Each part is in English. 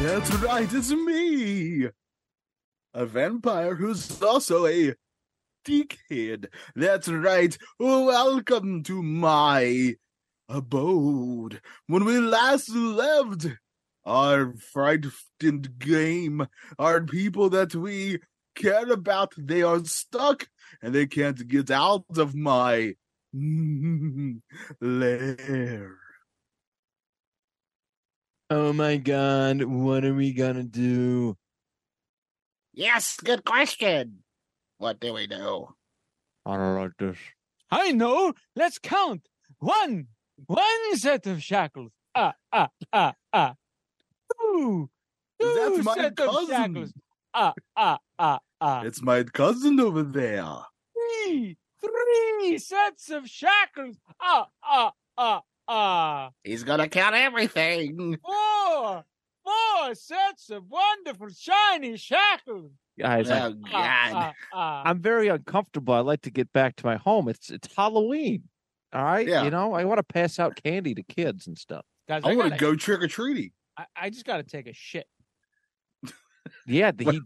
That's right, it's me, a vampire who's also a dickhead. That's right. Welcome to my abode. When we last left our frightened game, our people that we care about, they are stuck and they can't get out of my lair. Oh my god, what are we gonna do? Yes, good question. What do we do? I don't like this. I know! Let's count! One! One set of shackles! Ah, ah, ah, ah. Two! Two That's my set of cousin. shackles! Ah, ah, ah, ah. It's my cousin over there. Three! Three sets of shackles! Ah, ah, ah, ah. He's gonna count everything. Four! Four sets of wonderful shiny shackles! Guys, I, Oh god. Ah, ah, ah. I'm very uncomfortable. I like to get back to my home. It's it's Halloween. All right, Yeah. you know I want to pass out candy to kids and stuff. Guys, I want to gotta- go trick or treating. I, I just gotta take a shit. Yeah, the, he,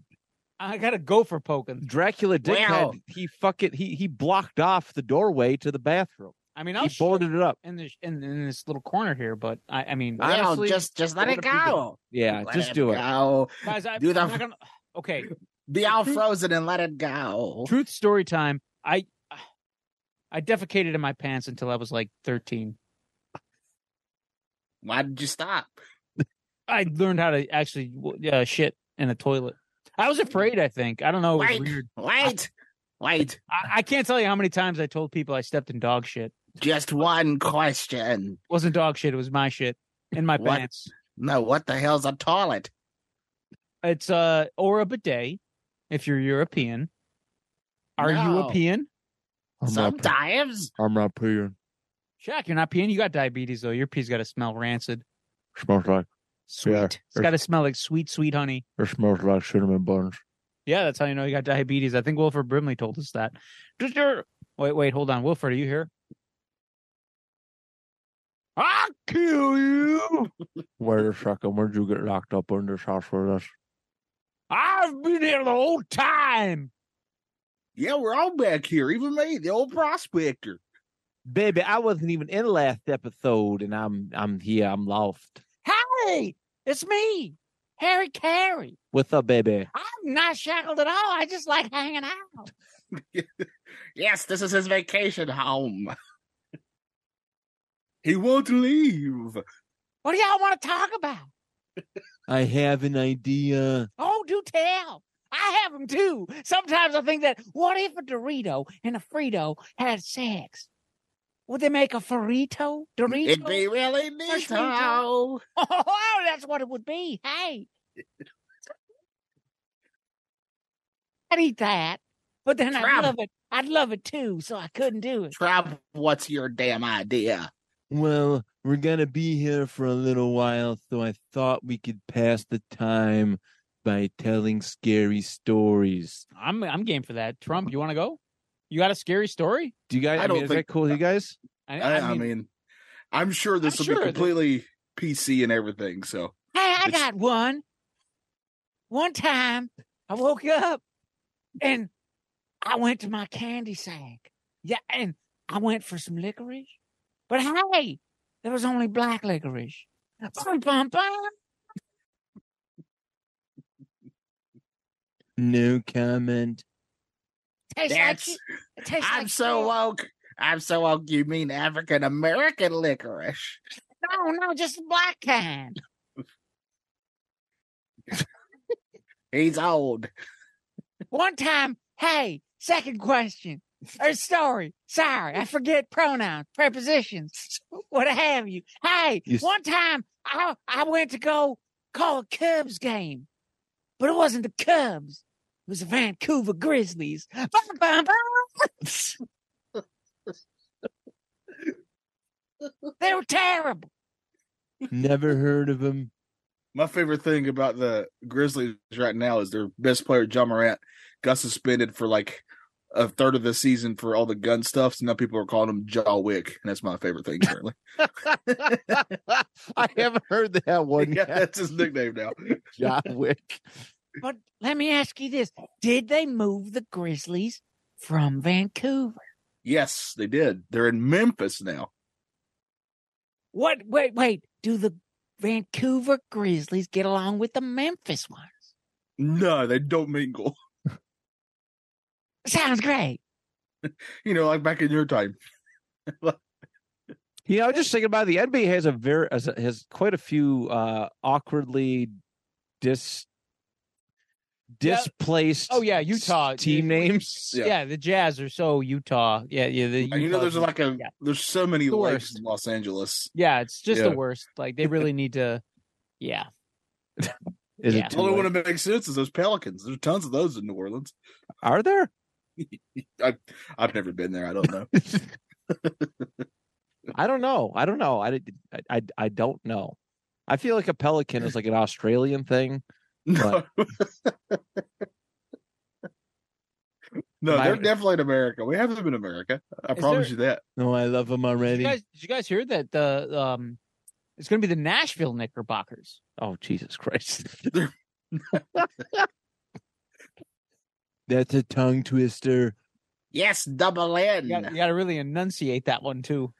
I gotta go for poking. Dracula dickhead. Wow. He fuck it. He he blocked off the doorway to the bathroom. I mean, I'll he boarded it up. in this in, in this little corner here, but I, I mean, Well, honestly, just just let what if it we don't? go. Yeah, Let just do it. Go. guys, I, do I'm that. not gonna. Okay, Be all frozen and let it go. truth story time. I I defecated in my pants until I was like 13. Why did you stop? I learned how to actually uh, shit in a toilet. I was afraid. I think I don't know. It was Wait, weird. wait, wait. I, I can't tell you how many times I told people I stepped in dog shit. Just one question. It wasn't dog shit. It was my shit in my What? pants. No, what the hell's a toilet? It's uh or a bidet. If you're European, are you No. a peon? Sometimes. I'm not peeing. Jack, you're not peeing. You got diabetes though. Your pee's got to smell rancid. Smells like Sweet. Yeah. It's got to smell like sweet, sweet honey. it smells like cinnamon buns. Yeah, that's how you know you got diabetes. I think Wilford Brimley told us that. Just your wait, wait, hold on, Wilford, are you here? I'll kill you. Wait a second. Where'd you get locked up in this house for this? I've been here the whole time. Yeah, we're all back here, even me, the old prospector. Baby, I wasn't even in last episode, and I'm I'm here. I'm loft. Hey, it's me, Harry Carey. What's up, baby? I'm not shackled at all. I just like hanging out. Yes, this is his vacation home. He won't leave. What do y'all want to talk about? I have an idea. Oh, do tell. I have them too. Sometimes I think that what if a Dorito and a Frito had sex? Would they make a Frito? Dorito? It'd be really Fresh neato. Oh, that's what it would be. Hey. I'd eat that. But then I'd Crab. love it. I'd love it too, so I couldn't do it. Trump, what's your damn idea? Well, we're going to be here for a little while, so I thought we could pass the time by telling scary stories. I'm I'm game for that. Trump, you want to go? You got a scary story? Do you guys, I I, don't mean, is think- that cool with you guys? I, I, I mean, I am sure this I'm will sure be that- completely PC and everything. So Hey, I It's- got one. One time I woke up and I went to my candy sack. Yeah, and I went for some licorice. But hey, there was only black licorice. Bum, bum, bum. No comment. Tastes like That's shit. It tastes I'm like so shit. woke. I'm so woke. You mean African American licorice? No, no, just the black kind. He's old. One time, hey, second question. or story. Sorry, I forget pronouns, prepositions, what have you. Hey, You s- one time I I went to go call a Cubs game, but it wasn't the Cubs. It was the Vancouver Grizzlies. Bum, bum, bum. they were terrible. Never heard of him. My favorite thing about the Grizzlies right now is their best player, John Morant, got suspended for like a third of the season for all the gun stuff. So now people are calling him Jaw Wick, and that's my favorite thing currently. I haven't heard that one yeah, yet. that's his nickname now. John Wick. But let me ask you this: Did they move the Grizzlies from Vancouver? Yes, they did. They're in Memphis now. What? Wait, wait. Do the Vancouver Grizzlies get along with the Memphis ones? No, they don't mingle. Sounds great. You know, like back in your time. Yeah, I was just thinking about it. the NBA has a very has, has quite a few uh awkwardly dis Yeah. displaced. Oh, yeah, Utah, s- team dude. names. Yeah. Yeah. the Jazz are so Utah. Yeah, yeah. The And you know, Utah there's team. like a Yeah. there's so many The lakes worst. in Los Angeles. Yeah, it's just Yeah. the worst. Like they really need to. Yeah, Is Yeah. it The too only late? one that makes sense is those Pelicans. There's tons of those in New Orleans. Are there? I've never been there. I don't know. I don't know. I don't know. I did- I I, I don't know. I feel like a pelican is like an Australian thing. no, no, Am I- they're definitely in America. We have them in America. I Is promise you that. Oh, No, I love him did already. you guys, did you guys hear that the um, it's going to be the Nashville Knickerbockers? Oh Jesus Christ! That's a tongue twister. Yes, double N. You got, you got to really enunciate that one too.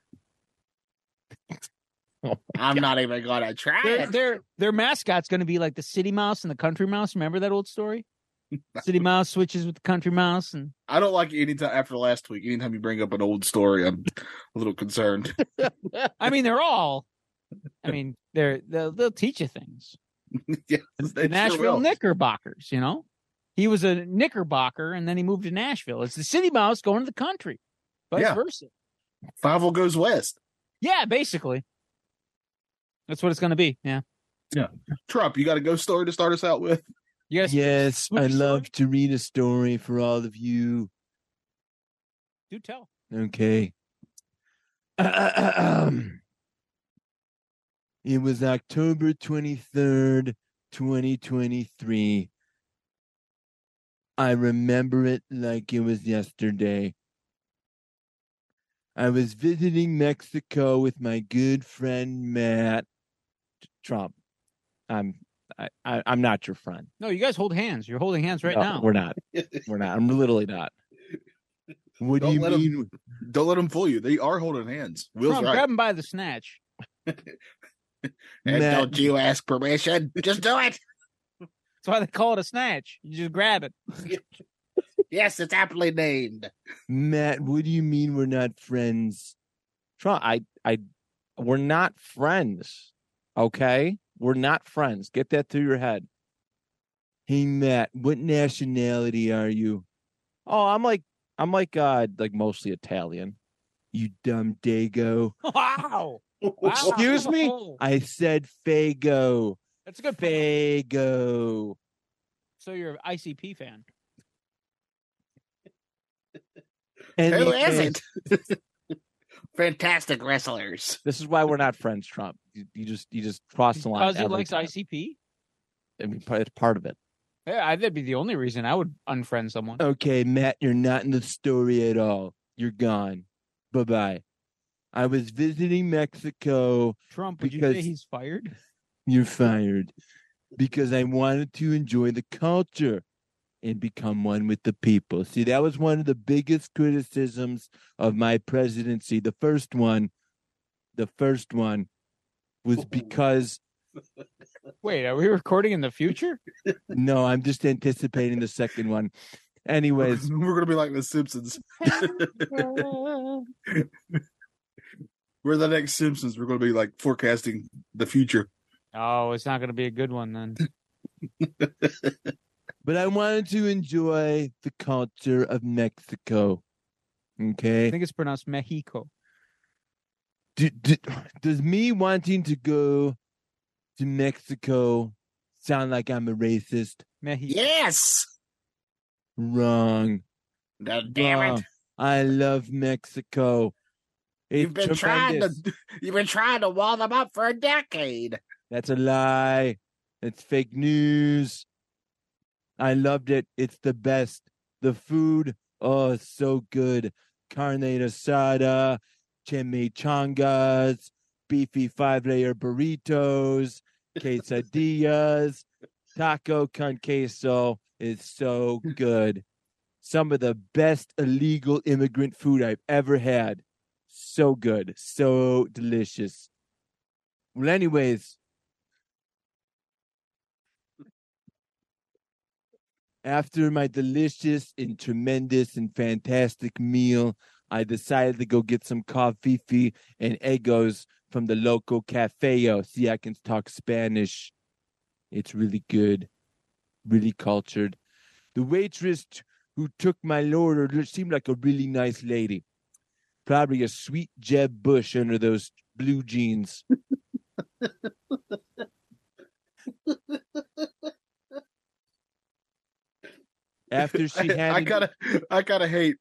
I'm not even gonna try Their it. their their mascot's going to be like the city mouse and the country mouse. Remember that old story? City mouse switches with the country mouse, and I don't like it anytime after last week. Anytime you bring up an old story, I'm a little concerned. I mean they're all. I mean they're they'll, they'll teach you things. yes, they sure the Nashville will. Knickerbockers, you know? He was a Knickerbocker and then he moved to Nashville. It's the city mouse going to the country, vice Yeah. versa. Five will goes west. Yeah, basically. That's what it's going to be. Yeah. Trump, you got a ghost story to start us out with? You guys Yes, spooky I story? love to read a story for all of you. do tell. Okay. It was October 23rd, 2023. I remember it like it was yesterday. I was visiting Mexico with my good friend Matt Trump. I'm I, I, I'm not your friend. No, you guys hold hands. You're holding hands right No, now. we're not. We're not. I'm literally not. What Don't do you let 'em- mean? Don't let them fool you. They are holding hands. Will's Trump, right. Grab him by the snatch. And Matt- don't you ask permission. Just do it. That's why they call it a snatch. You just grab it. Yes, it's aptly named. Matt, what do you mean we're not friends? Trump, I I we're not friends. Okay, we're not friends. Get that through your head. Hey, Matt, what nationality are you? Oh, I'm like I'm like uh like mostly Italian. You dumb dago. Wow. Wow. Excuse me? I said fago. That's a good pick. Fago. So you're an ICP fan. And Who he is goes, it? Fantastic wrestlers. This is why we're not friends, Trump. You, you just you just cross the line. Because he every likes time. ICP. I mean, part- it's part of it. Yeah, I- that'd be the only reason I would unfriend someone. Okay, Matt, you're not in the story at all. You're gone. Bye bye. I was visiting Mexico Trump, would you because- say he's fired? You're fired because I wanted to enjoy the culture and become one with the people. See, that was one of the biggest criticisms of my presidency. The first one, the first one was because Wait, are we recording in the future? no, I'm just anticipating the second one. Anyways, We're gonna be like the Simpsons. We're the next Simpsons. We're gonna be like forecasting the future. Oh, it's not going to be a good one then. but I wanted to enjoy the culture of Mexico. I Okay. think it's pronounced Mexico. Do, do, does me wanting to go to Mexico sound like I'm a racist? Mexico. Yes. Wrong. God damn Wrong. it. I love Mexico. It's You've been trying tremendous. to you've been trying to wall them up for a decade. That's a lie. It's fake news. I loved it. It's the best. The food, oh, it's so good. Carne asada, chimichangas, beefy five layer burritos, quesadillas, taco con queso is so good. Some of the best illegal immigrant food I've ever had. So good. So delicious. Well, anyways, After my delicious and tremendous and fantastic meal, I decided to go get some coffee and egos from the local cafeo. See, I can talk Spanish. It's really good, really cultured. The waitress t- who took my order lo- seemed like a really nice lady. Probably a sweet Jeb Bush under those blue jeans. After she I, I handed gotta, I gotta hate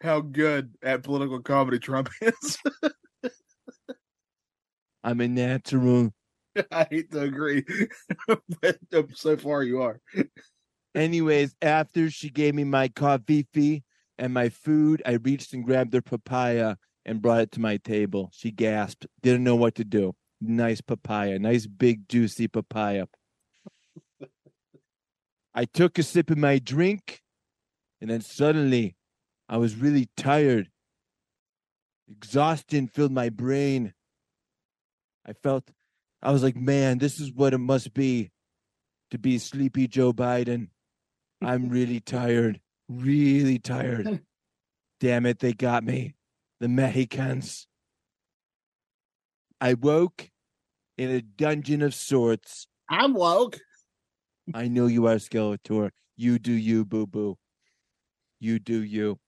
how good at political comedy Trump is. I'm a natural. I hate to agree, but um, so far you are. Anyways, after she gave me my coffee fee and my food, I reached and grabbed her papaya and brought it to my table. She gasped, didn't know what to do. Nice papaya, nice big juicy papaya. I took a sip of my drink, and then suddenly I was really tired. Exhaustion filled my brain. I felt, I was like, man, this is what it must be to be sleepy Joe Biden. I'm really tired, really tired. Damn it, they got me. The Mexicans. I woke in a dungeon of sorts. I'm woke. I know you are Skeletor. You do you, boo boo. You do you.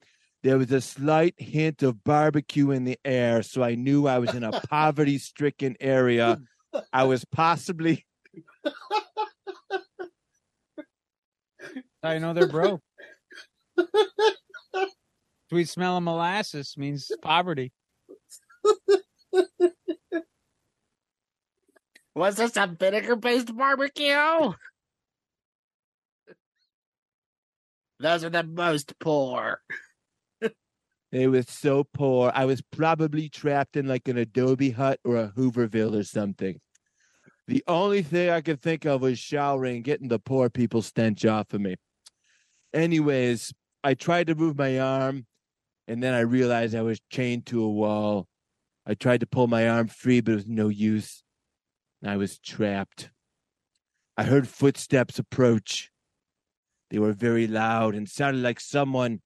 There was a slight hint of barbecue in the air, so I knew I was in a poverty stricken area. I was possibly, I know they're broke. Sweet smell of molasses means poverty. Was this a vinegar based barbecue? Those are the most poor. it was so poor. I was probably trapped in like an adobe hut or a Hooverville or something. The only thing I could think of was showering, getting the poor people stench off of me. Anyways, I tried to move my arm, and then I realized I was chained to a wall. I tried to pull my arm free, but it was no use. I was trapped. I heard footsteps approach. They were very loud and sounded like someone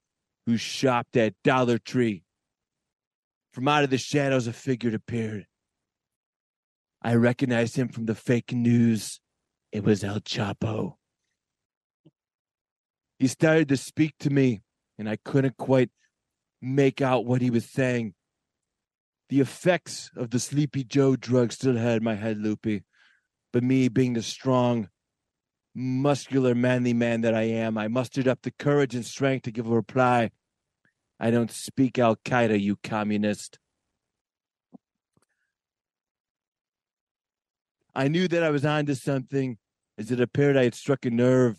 who shopped at Dollar Tree. From out of the shadows, a figure appeared. I recognized him from the fake news. It was El Chapo. He started to speak to me, and I couldn't quite make out what he was saying. The effects of the Sleepy Joe drug still had my head loopy, but me being the strong, muscular, manly man that I am, I mustered up the courage and strength to give a reply. I don't speak Al Qaeda, you communist. I knew that I was onto something as it appeared I had struck a nerve.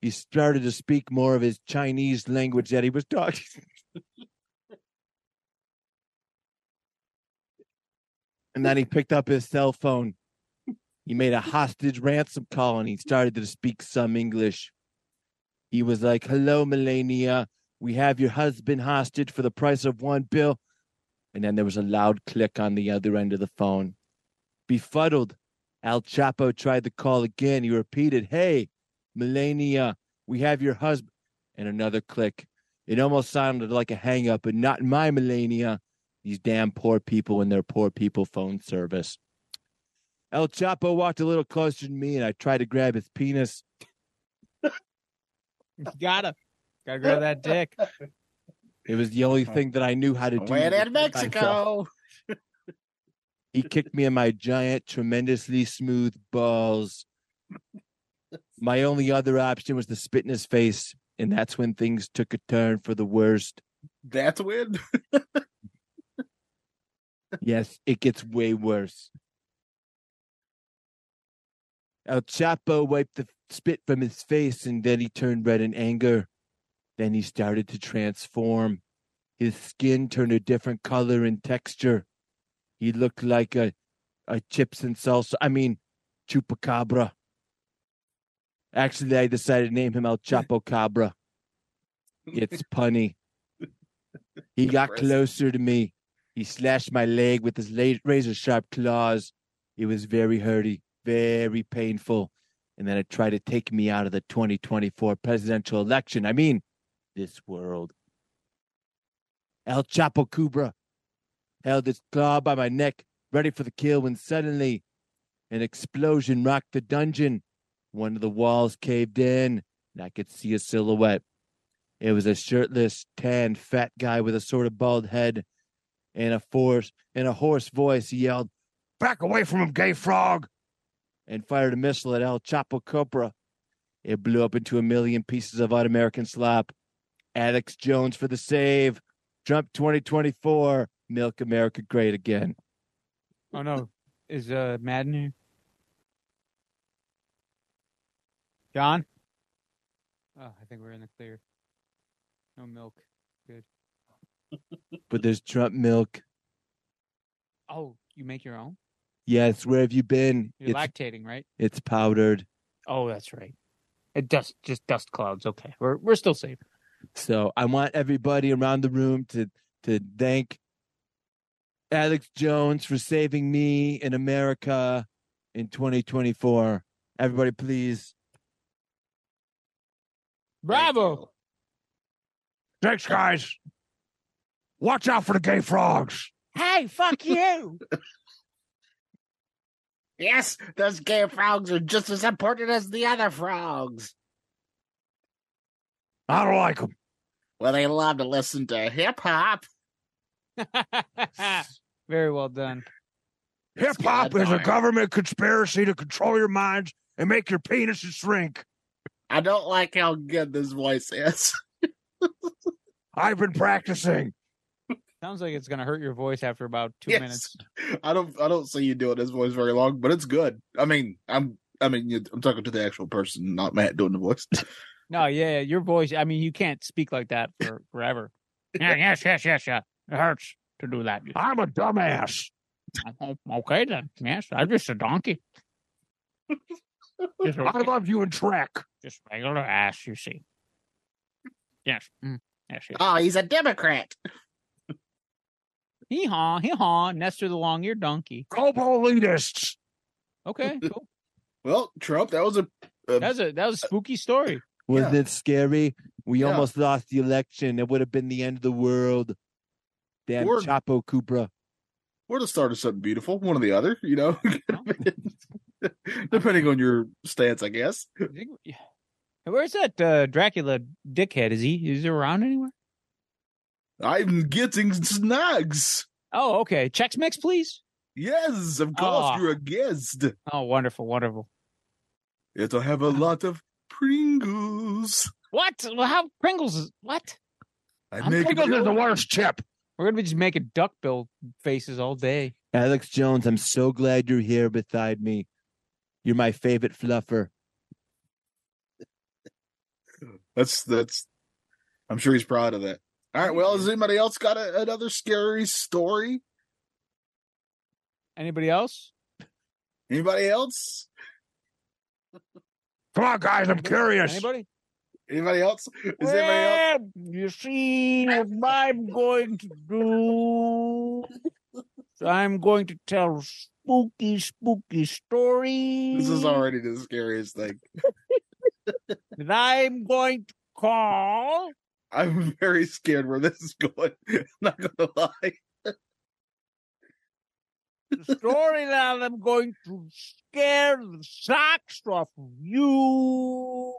He started to speak more of his Chinese language that he was talking. and then he picked up his cell phone. He made a hostage ransom call and he started to speak some English. He was like, Hello, Melania. We have your husband hostage for the price of one bill. And then there was a loud click on the other end of the phone. Befuddled, Al Chapo tried to call again. He repeated, Hey, Melania, we have your husband. And another click. It almost sounded like a hang up, but not my Melania. These damn poor people and their poor people phone service. El Chapo walked a little closer to me and I tried to grab his penis. You gotta, gotta grab that dick. It was the only thing that I knew how to do. When in with myself. Mexico. He kicked me in my giant, tremendously smooth balls. My only other option was to spit in his face, and that's when things took a turn for the worst. That's when Yes, it gets way worse. El Chapo wiped the spit from his face, and then he turned red in anger. Then he started to transform. His skin turned a different color and texture. He looked like a, a chips and salsa. I mean, chupacabra. Actually, I decided to name him El Chapo Cabra. It's punny. He got Depressing. closer to me. He slashed my leg with his razor sharp claws. It was very hurty, very painful. And then it tried to take me out of the 2024 presidential election. I mean, this world. El Chapo Cubra held his claw by my neck, ready for the kill, when suddenly an explosion rocked the dungeon. One of the walls caved in, and I could see a silhouette. It was a shirtless, tan, fat guy with a sort of bald head and a force in a hoarse voice he yelled, Back away from him, gay frog! and fired a missile at El Chapo Copra. It blew up into a million pieces of un American slop. Alex Jones for the save. Trump 2024. Milk America great again. Oh no, is uh Madden here? John? Oh, I think we're in the clear. No milk. But there's Trump milk. Oh, you make your own? Yes, where have you been? You're it's, lactating, right? it's powdered. Oh, that's right. It dust just dust clouds. Okay. We're we're still safe. So I want everybody around the room to to thank Alex Jones for saving me in America in 2024. Everybody, please. Bravo. Thanks, guys. Watch out for the gay frogs. Hey, fuck you. Yes, those gay frogs are just as important as the other frogs. I don't like them. Well, they love to listen to hip hop. Very well done. Hip hop is a government conspiracy to control your minds and make your penises shrink. I don't like how good this voice is. I've been practicing. Sounds like it's gonna hurt your voice after about two Yes. minutes. I don't I don't see you doing this voice very long, but it's good. I mean, I'm I mean, you- I'm talking to the actual person, not Matt doing the voice. No, yeah, yeah, your voice. I mean, you can't speak like that for forever. Yeah, yes, yes, yes, yeah. It hurts to do that. I'm a dumbass. Okay then. Yes, I'm just a donkey. just, I love you and Trek. just regular ass, you see. Yes. Mm. Yes. Uh, yes. Oh, he's a Democrat. Hee haw, hee haw, Nestor the long eared donkey. Global elitists. Okay, cool. well, Trump, that was a, a That was a that was a spooky story. Wasn't it scary? We Yeah. almost lost the election. It would have been the end of the world. Damn We're- Chapo Cubra. we're the start of something beautiful, one or the other, you know. Depending on your stance, I guess. I think- yeah. Where's that uh, Dracula dickhead? Is he is he around anywhere? I'm getting snags. Oh, okay. Checks mix, please. Yes, of course Aw. you're a guest. Oh, wonderful, wonderful. It'll have a lot of Pringles. What? Well, how Pringles? Is, what? I I'm make Pringles is the worst chip. We're gonna be just making duckbill faces all day. Alex Jones, I'm so glad you're here beside me. You're my favorite fluffer. That's that's. I'm sure he's proud of that. All right. Well, has anybody else got a, another scary story? Anybody else? Anybody else? Come on, guys. I'm curious. Anybody? Anybody else? Is anybody else? you see, if I'm going to do, I'm going to tell spooky, spooky This stories. is already the scariest thing. that I'm going to call. I'm very scared where this is going. Not gonna lie. The story that I'm going to scare the socks off of you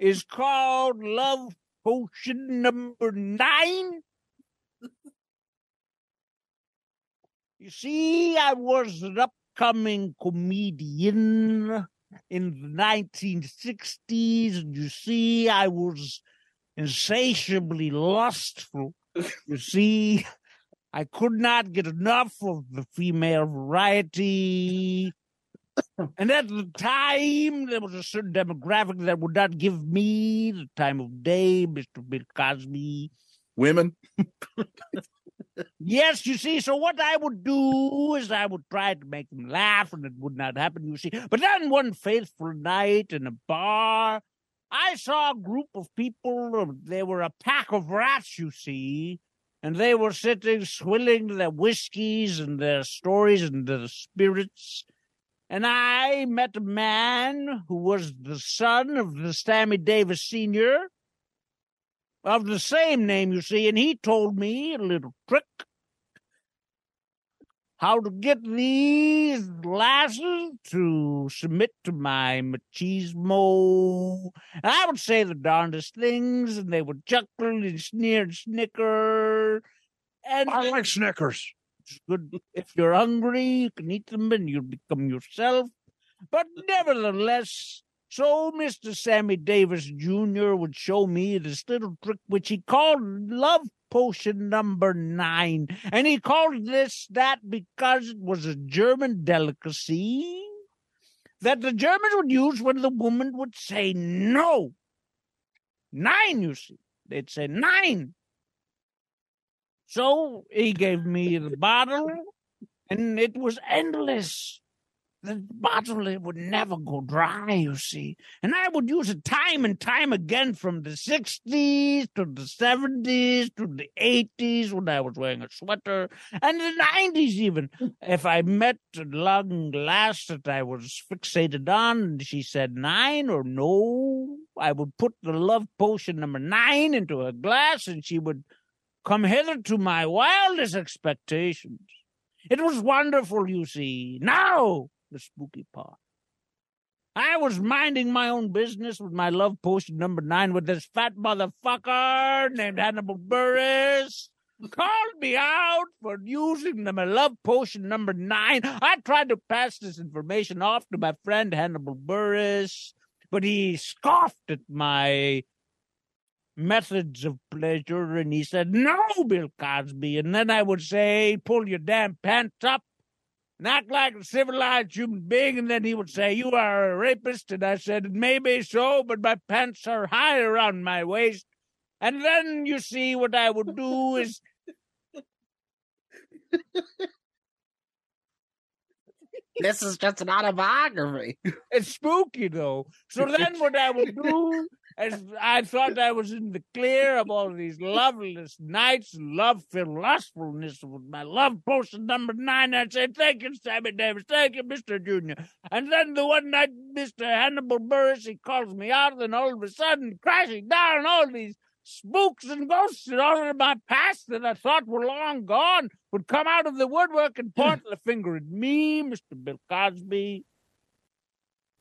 is called Love Potion Number Nine You see, I was an upcoming comedian in the 1960s, and you see, I was insatiably lustful. You see, I could not get enough of the female variety. And at the time, there was a certain demographic that would not give me the time of day, Mr. Bill Cosby. Women. Yes, you see, so what I would do is I would try to make them laugh, and it would not happen, you see. But then one faithful night in a bar, I saw a group of people. um, They were a pack of rats, you see, and they were sitting swilling their whiskeys and their stories and their spirits. And I met a man who was the son of the Sammy Davis Sr., of the same name, you see, and he told me a little trick how to get these lasses to submit to my machismo. And I would say the darndest things, and they would chuckle and sneer and snicker. And I like Snickers. it's good if you're hungry, you can eat them and you'll become yourself. But nevertheless, so Mr. Sammy Davis Jr. would show me this little trick which he called love potion number nine. And he called this that because it was a German delicacy that the Germans would use when the woman would say no. Nine, you see. They'd say nine. So he gave me the bottle, and it was endless. The bottle it would never go dry, you see. And I would use it time and time again from the 60s to the 70s to the 80s when I was wearing a sweater and the 90s even. If I met a long lass that I was fixated on and she said nine or no, I would put the love potion number nine into her glass and she would come hither to my wildest expectations. It was wonderful, you see. Now, the spooky part. I was minding my own business with my love potion number nine with this fat motherfucker named Hannibal Burris. Called me out for using the my love potion number nine. I tried to pass this information off to my friend Hannibal Burris, but he scoffed at my methods of pleasure and he said no bill cosby and then i would say pull your damn pants up and act like a civilized human being and then he would say you are a rapist and i said maybe so but my pants are high around my waist and then you see what i would do is This is just an autobiography. It's spooky though. So then what I would do is I thought I was in the clear of all these loveless nights and love filled lustfulness with my love potion number nine. I'd say, Thank you, Sammy Davis, thank you, Mr. Junior. And then the one night Mr. Hannibal Burris he calls me out, and all of a sudden crashing down all these spooks and ghosts and all of my past that I thought were long gone would come out of the woodwork and point the finger at me, Mr. Bill Cosby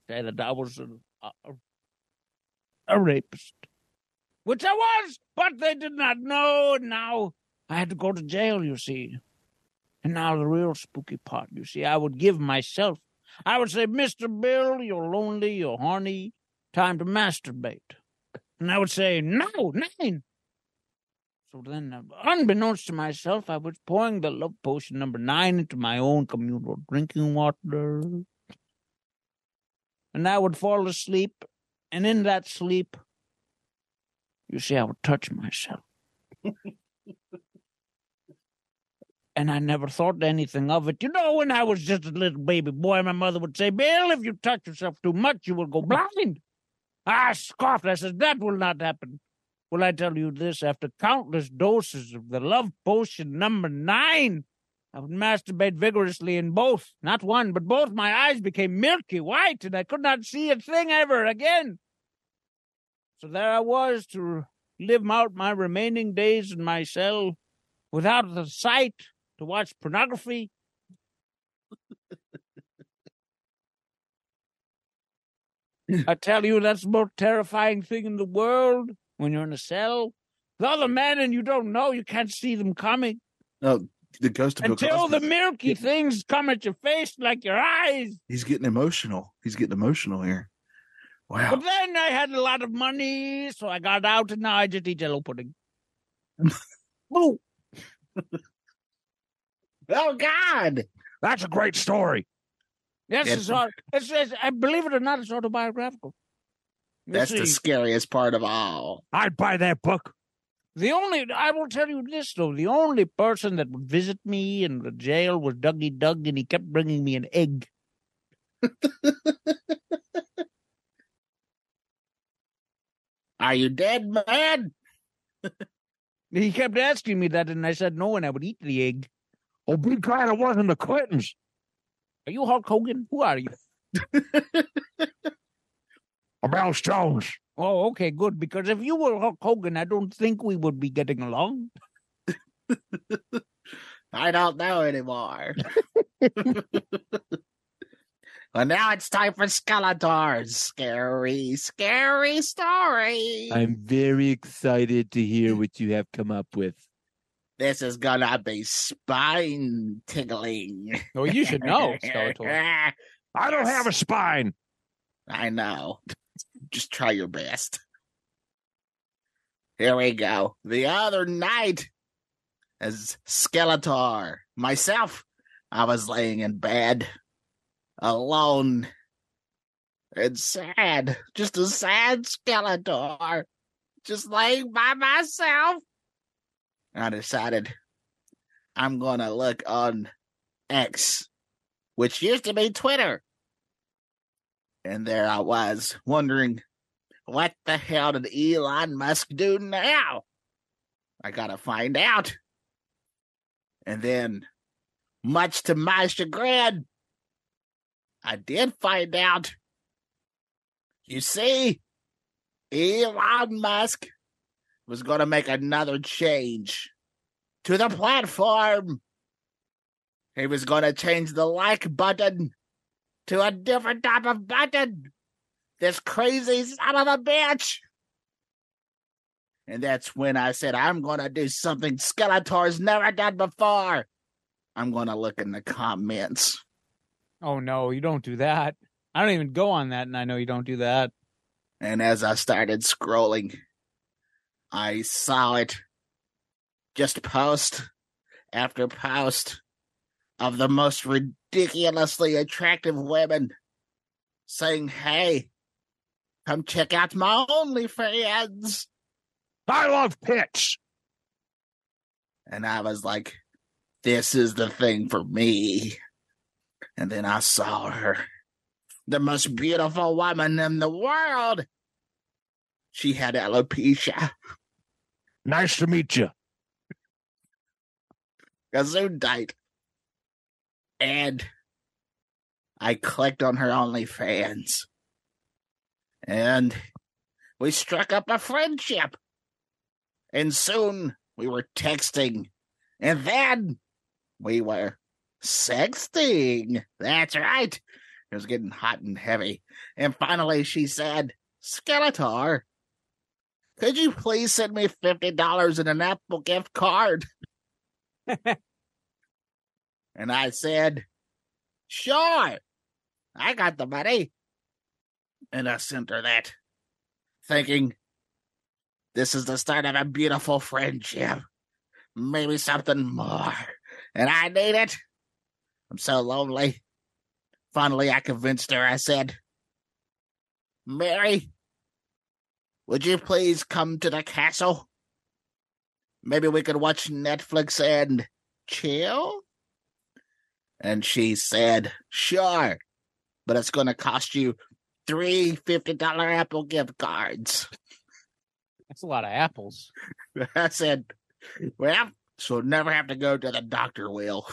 say that I was an, a, a- a rapist, which I was, but they did not know. And now I had to go to jail, you see. And now the real spooky part, you see, I would give myself. I would say, Mr. Bill, you're lonely, you're horny, time to masturbate. And I would say, no, nothing. So then, unbeknownst to myself, I was pouring the love potion number nine into my own communal drinking water and I would fall asleep. And in that sleep, you see, I would touch myself. and I never thought anything of it. You know, when I was just a little baby boy, my mother would say, Bill, if you touch yourself too much, you will go blind. I scoffed. I said, That will not happen. Well, I tell you this after countless doses of the love potion number nine, I would masturbate vigorously in both, not one, but both my eyes became milky white and I could not see a thing ever again. So there I was to live out my remaining days in my cell without the sight to watch pornography. I tell you, that's the most terrifying thing in the world when you're in a cell. The other men and you don't know, you can't see them coming. Oh, the ghost of Bill until the Cosby. milky things come at your face like your eyes. He's getting emotional. He's getting emotional here. Wow. But then I had a lot of money, so I got out and now I just eat jello pudding. Boo. oh, God. That's a great story. Yes, That's- it's, all, it's, it's I believe it or not, it's autobiographical. You That's the see, scariest part of all. I'd buy that book. the only I will tell you this though: the only person that would visit me in the jail was Dougie Doug, and he kept bringing me an egg. Are you dead, man? He kept asking me that, and I said no, and I would eat the egg. Oh, be glad it wasn't the Clintons. Are you Hulk Hogan? Who are you? About Stones. Oh, okay, good. Because if you were Hulk Hogan, I don't think we would be getting along. I don't know anymore. well, now it's time for Skeletor's scary, scary story. I'm very excited to hear what you have come up with. This is gonna be spine tickling. Well, you should know, Skeletor. I don't Yes. have a spine. I know. Just try your best. Here we go. The other night, as Skeletor, myself, I was laying in bed, alone and sad. Just a sad Skeletor, just laying by myself. I decided I'm gonna look on X, which used to be Twitter. And there I was, wondering what the hell did Elon Musk do now? I gotta find out. And then, much to my chagrin, I did find out. You see, Elon Musk was gonna make another change to the platform. He was gonna change the like button to a different type of button. This crazy son of a bitch. And that's when I said, I'm going to do something Skeletor's never done before. I'm going to look in the comments. Oh no, you don't do that. I don't even go on that, and I know you don't do that. And as I started scrolling, I saw it just post after post of the most ridiculously attractive women saying, Hey, come check out my OnlyFans. I love pits. And I was like, This is the thing for me. And then I saw her, the most beautiful woman in the world. She had alopecia. Nice to meet you. Gesundheit. And I clicked on her OnlyFans. And we struck up a friendship. And soon we were texting. And then we were sexting. That's right. It was getting hot and heavy. And finally she said, Skeletor, could you please send me $50 in an Apple gift card? And I said, Sure, I got the money. And I sent her that, thinking, This is the start of a beautiful friendship. Maybe something more. And I need it. I'm so lonely. Finally, I convinced her. I said, Mary, would you please come to the castle? Maybe we could watch Netflix and chill? And she said, Sure, but it's going to cost you three $50 Apple gift cards. That's a lot of apples. I said, Well, she'll never have to go to the doctor, Will.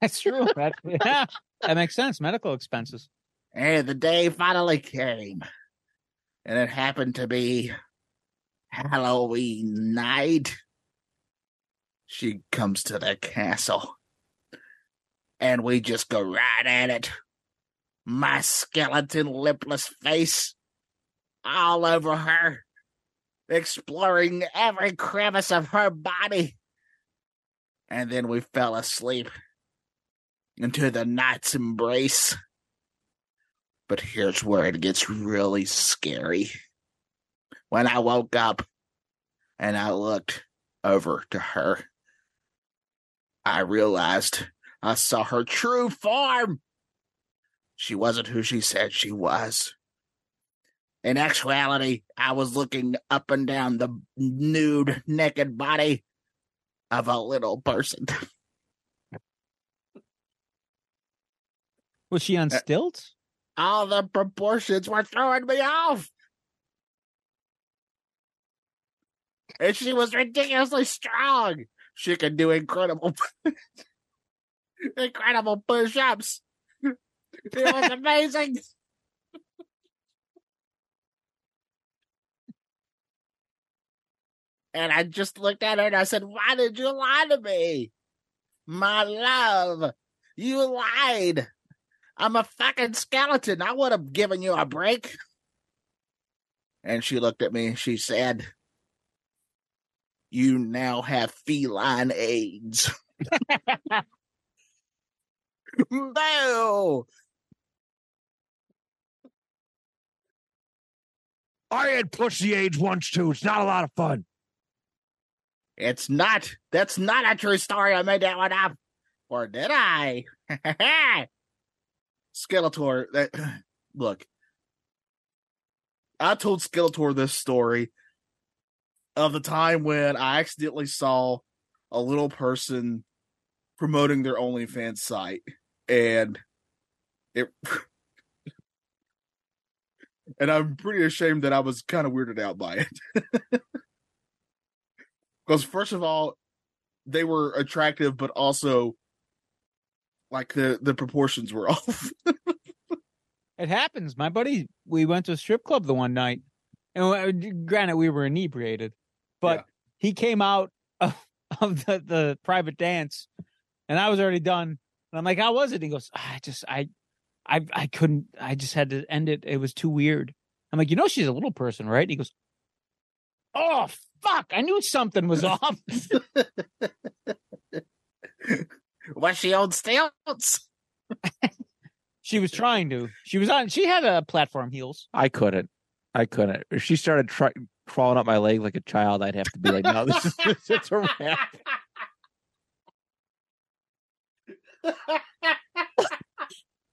That's true. That, yeah, that makes sense. Medical expenses. And the day finally came. And it happened to be Halloween night. She comes to the castle. And we just go right at it. My skeleton lipless face all over her, exploring every crevice of her body. and then we fell asleep into the night's embrace. But here's where it gets really scary. When I woke up and I looked over to her, I realized I saw her true form. She wasn't who she said she was. In actuality, I was looking up and down the nude, naked body of a little person. Was she on Uh, stilts? All the proportions were throwing me off. And she was ridiculously strong. She could do incredible, incredible push-ups. It was amazing. and I just looked at her and I said, "Why did you lie to me, my love? You lied." I'm a fucking skeleton. I would have given you a break. And she looked at me and she said, You now have feline AIDS. Boo! I had pussy AIDS once too. It's not a lot of fun. It's not. That's not a true story. I made that one up. Or did I? Skeletor. That, look, I told Skeletor this story of the time when I accidentally saw a little person promoting their OnlyFans site, and it. And I'm pretty ashamed that I was kind of weirded out by it. because first of all they were attractive but also like the the proportions were off It happens. My buddy, we went to a strip club the one night, and we- granted, we were inebriated, but Yeah. he came out of, of the, the private dance, and I was already done. And I'm like, "How was it?" He goes, "Ah, "I just, I, I, I couldn't. I just had to end it. It was too weird." I'm like, "You know, she's a little person, right?" he goes, "Oh fuck! I knew something was off." was she on stilts she was trying to. She was on. She had a platform heels. I couldn't. I couldn't. If she started try- crawling up my leg like a child, I'd have to be like, no, this is this, it's a wrap.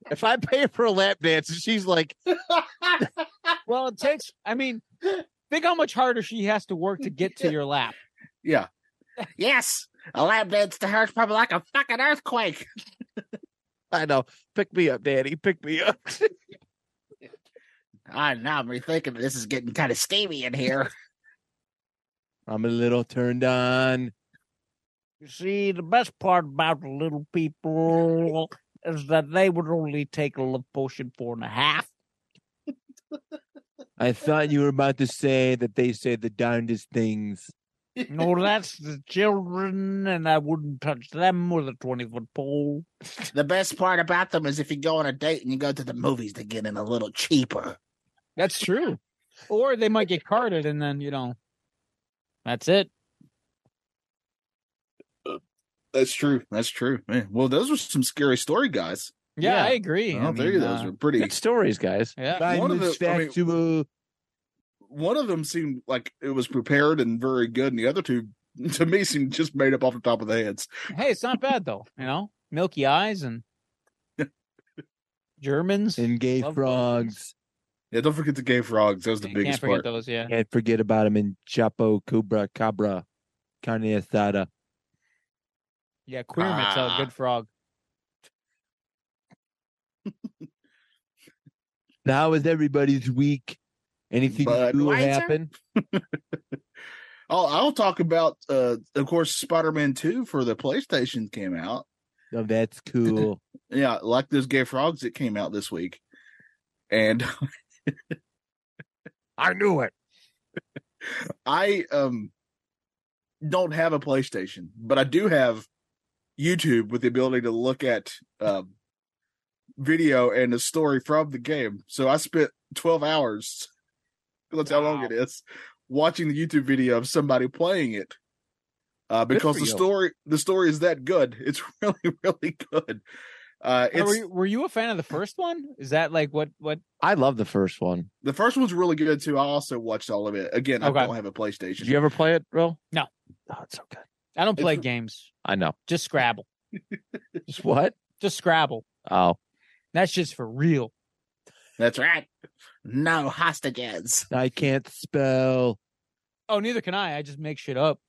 If I pay for a lap dance and she's like, Well, it takes. I mean, think how much harder she has to work to get to your lap. Yeah. yes a lap dance to her is probably like a fucking earthquake I know, pick me up, daddy, pick me up. i know i'm rethinking this is getting kind of steamy in here I'm a little turned on. You see, the best part about the little people is that they would only take a love potion four and a half. I thought you were about to say that they say the darndest things. No, that's the children, and I wouldn't touch them with a 20 foot pole. the best part about them is if you go on a date and you go to the movies to get in a little cheaper That's true. Or they might get carded and then, you know, that's it. That's true. That's true. Man, well, those were some scary story guys. Yeah, Yeah. I agree. I I don't think mean, those uh, were pretty. Good stories, guys. yeah. Mine One of was the- I mean- factual. One of them seemed like it was prepared and very good, and the other two, to me, seemed just made up off the top of the heads. Hey, it's not bad though, you know? Milky eyes and Germans. and gay Love frogs. Yeah, don't forget the gay frogs. That was the You can't biggest forget part. those, yeah. Can't forget about him in Chapo Cobra Cabra Carne Asada. Yeah, Queerman's Ah. Uh, a good frog. So How was everybody's week? Anything Bud new Lighter? happen? Oh, I'll talk about, uh, of course, Spider Man 2 for the PlayStation came out. No, that's cool. Yeah, like those gay frogs that came out this week. And I knew it. I um don't have a PlayStation, but I do have YouTube with the ability to look at um video and the story from the game. So I spent 12 hours that's how long it is watching the YouTube video of somebody playing it uh, because for the you. story the story is that good. It's really really good. Uh, Or it's Were you, were you a fan of the first one? Is that like what what? I love the first one. the first one's really good too. I also watched all of it. Again, Okay. I don't have a PlayStation. Did you ever play it, Ro? Oh, it's so good. I don't play games. I know. Just Scrabble. Just what? Just Scrabble. Oh, That's just for real. That's right. No hostages. I can't spell. Oh, neither can I. I just make shit up.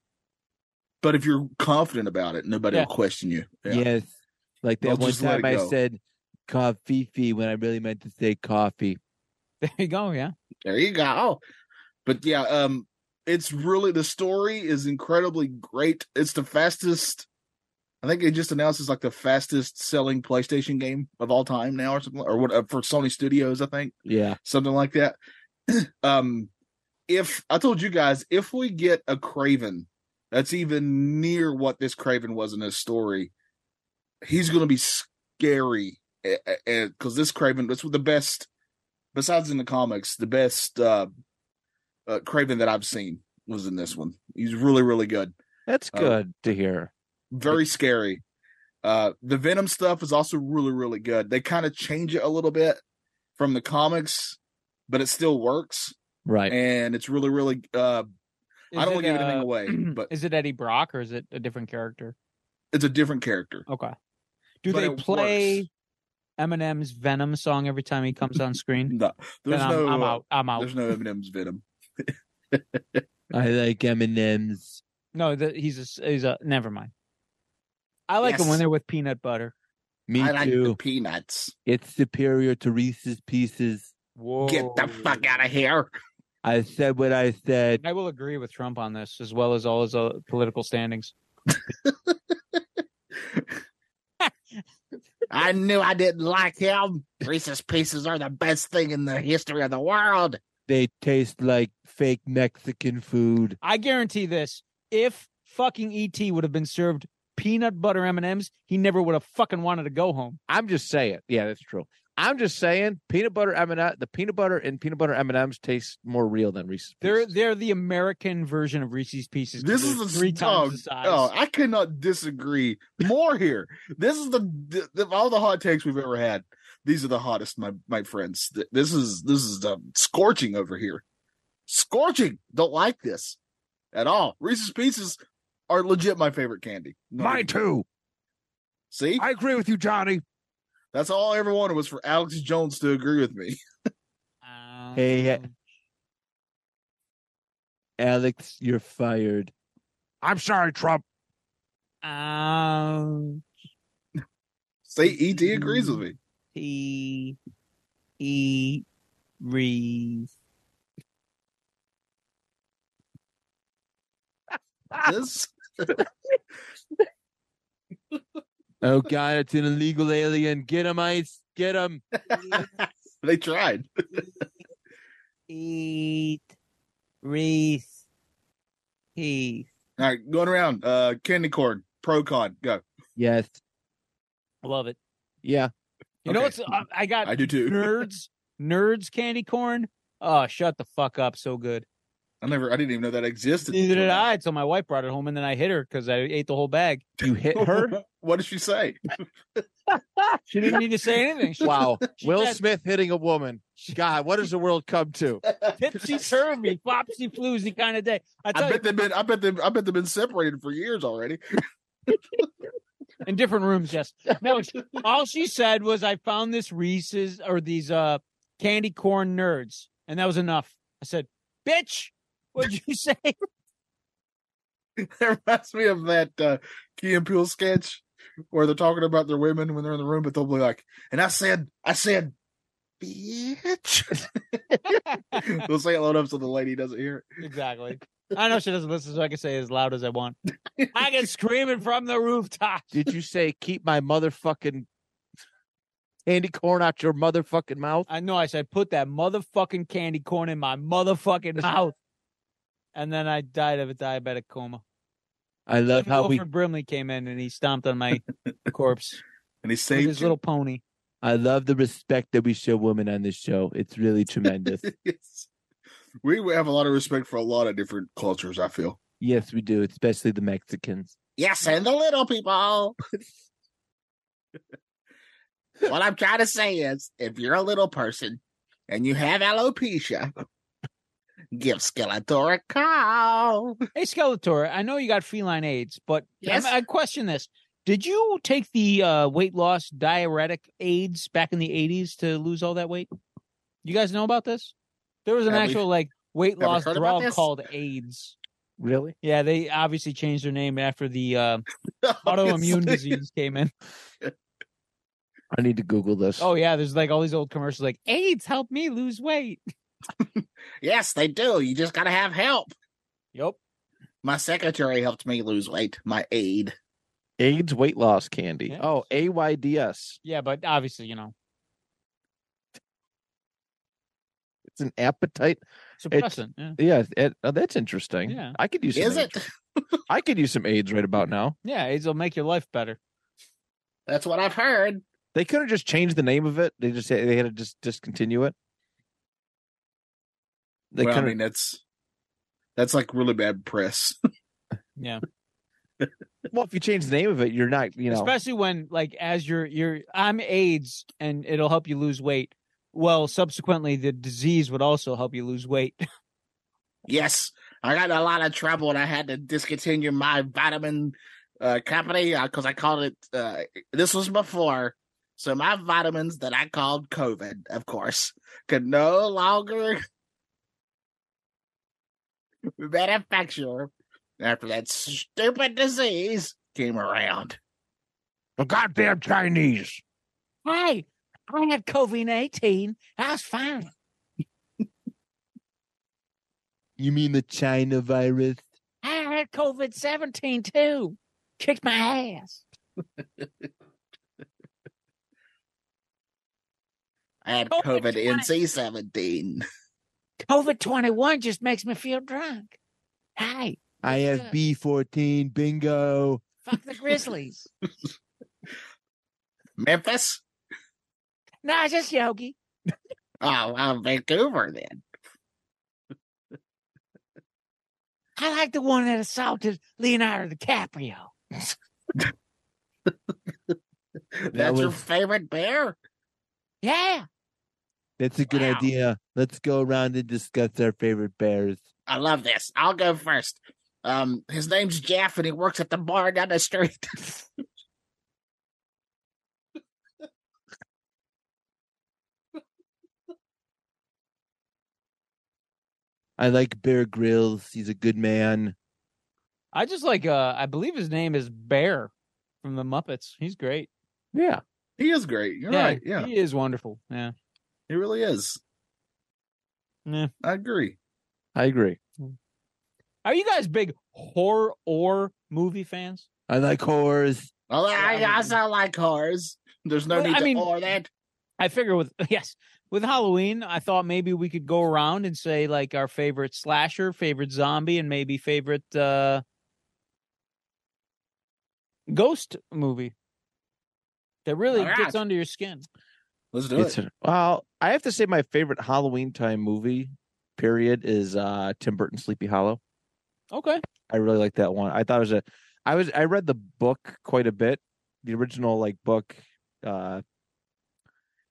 but if you're confident about it, nobody Yeah. will question you. Yeah. Yes. Like Well, that one just let time it I go. said coffee when I really meant to say coffee. There you go. Yeah. There you Oh, go. But yeah, um, it's really the story is incredibly great. It's the fastest. I think it just announced it's like the fastest selling PlayStation game of all time now, or something, or what uh, for Sony Studios, I think, Yeah. something like that. um, if I told you guys, if we get a Craven that's even near what this Craven was in this story, he's going to be scary because this Craven, that's the best besides in the comics, the best uh, uh Craven that I've seen was in this one. He's really, really good. That's Oh. good to hear. Very scary. Uh the Venom stuff is also really, really good. They kind of change it a little bit from the comics, but it still works. Right. And it's really, really uh I don't Is want it, to give anything uh, away, but is it Eddie Brock or is it a different character? it's a different character. Okay. Do But they it play works. Eminem's Venom song every time he comes on screen? No, then there's I'm, no I'm uh, out. I'm out. there's no Eminem's Venom. I like M&M's. No, the, he's a s- he's a. Never mind. I like them Yes. when they're with peanut butter. Me I like the too. peanuts. It's superior to Reese's Pieces. Whoa! Get the Oh. fuck out of here. I said what I said. I will agree with Trump on this, as well as all his uh, political standings. I knew I didn't like him. Reese's Pieces are the best thing in the history of the world. They taste like fake Mexican food. I guarantee this: if fucking ET would have been served peanut butter M and M's, he never would have fucking wanted to go home. I'm just saying. Yeah, that's true. I'm just saying peanut butter M and the peanut butter and peanut butter M and M's taste more real than Reese's. They're Pieces. they're the American version of Reese's Pieces. 'cause This is they're a three times dog. the size. Oh, I could not disagree more here. This is the, the, all the hot takes we've ever had. These are the hottest, my my friends. Th- This is this is the scorching over here. Scorching. Don't like this at all. Reese's Pieces are legit my favorite candy. No, Mine too. See, I agree with you, Johnny. that's all I ever wanted was for Alex Jones to agree with me. Oh. Um, Hey, uh, Alex, you're fired. I'm sorry, Trump. um, See, Et agrees Mm. with me. he, he, Reese. This Oh God, it's an illegal alien. Get him, ice. Get him. they tried. Eat, Reese, he. All right, going around. Uh, candy corn. Pro con. Go. Yes. Love it. Yeah. You know Okay. what's? I, I got I do too. nerds, nerds candy corn. Oh, shut the fuck up. So good. I never. I didn't even know that existed. Neither did I until my wife brought it home and then I hit her because I ate the whole bag. You hit her. What did she say? She didn't need to say anything. She Wow. Will said- Smith hitting a woman. God, what does the world come to? tipsy turvy, flopsy floozy kind of day. I I tell you, bet they've been. I bet they. I bet they've been separated for years already. in different rooms, yes. No, she- all she said was, "I found this Reese's or these uh candy corn nerds," and that was enough. I said, "Bitch, what'd you say?" That reminds me of that uh, Key and Peele sketch where they're talking about their women when they're in the room, but they'll be like, "And I said, I said, bitch." they'll say it loud enough so the lady doesn't hear exactly. I know she doesn't listen, so I can say as loud as I want. I can scream it from the rooftop. Did you say keep my motherfucking candy corn out your motherfucking mouth? I know I said put that motherfucking candy corn in my motherfucking mouth. And then I died of a diabetic coma. I love Then how we. Wilfred Brimley came in and he stomped on my corpse it, and he with saved his you. little pony. I love the respect that we show women on this show. It's really tremendous. Yes. We have a lot of respect for a lot of different cultures. I feel Yes, we do, especially the Mexicans. Yes, and the little people. what I'm trying to say is if you're a little person and you have alopecia, give Skeletor a call. Hey, Skeletor, I know you got feline AIDS, but Yes. I, I question this. Did you take the uh, weight loss diuretic AIDS back in the 80s to lose all that weight? You guys know about this? There was an Have we- actual, like, weight we loss heard about drug this? called AIDS. Really? Yeah, they obviously changed their name after the uh, autoimmune disease came in. I need to Google this. Oh, yeah, there's, like, all these old commercials like, AIDS, help me lose weight. Yes, they do. You just got to have help. Yep. My secretary helped me lose weight, my aide. AIDS weight loss candy. Yeah. Oh, AYDS. Yeah, but obviously, you know, It's an appetite. suppressant. Yeah. Yeah, it, oh, that's interesting. Yeah. I could use some Is AIDS. it? I could use some AIDS right about now. yeah, AIDS will make your life better. That's what I've heard. They could have just changed the name of it. They just they had to just discontinue it. They well, I couldn't. mean, that's that's like really bad press. Yeah. well, if you change the name of it, you're not. You know. especially when like as you're you're I'm AIDS and it'll help you lose weight. Well, subsequently the disease would also help you lose weight. Yes, I got in a lot of trouble and I had to discontinue my vitamin uh, company because I called it. Uh, this was before, so my vitamins that I called COVID, of course, could no longer manufacture after that stupid disease came around. The goddamn Chinese. Hey, I had COVID 18. I was fine. you mean the China virus? I had COVID 17 too. Kicked my ass. I had Oh, COVID it's funny. NC seventeen. COVID 21 just makes me feel drunk. Hey, I have Yeah. B14. Bingo. fuck the Grizzlies. Memphis? nah, just Yogi. Oh, well, Vancouver then. I like the one that assaulted Leonardo DiCaprio. That's your was- favorite bear? Yeah. That's a good Wow. idea. Let's go around and discuss our favorite bears. I love this. I'll go first. Um, his name's Jeff, and he works at the bar down the street. I like Bear Grylls. He's a good man. I just like uh I believe his name is Bear from the Muppets. He's great. Yeah. he is great. You're yeah, right. Yeah, He is wonderful. Yeah. he really is. Yeah. I agree. I agree. Are you guys big horror or movie fans? I like horrors. Well, I, Yeah, I also like cars. There's no Well, need I to mean- or that. I figure with yes, with Halloween, I thought maybe we could go around and say like our favorite slasher, favorite zombie, and maybe favorite uh ghost movie that really All right. gets under your skin. Let's do It's it. well, I have to say my favorite Halloween time movie period is uh Tim Burton's Sleepy Hollow. Okay. I really like that one. I thought it was a I was I read the book quite a bit, the original like book uh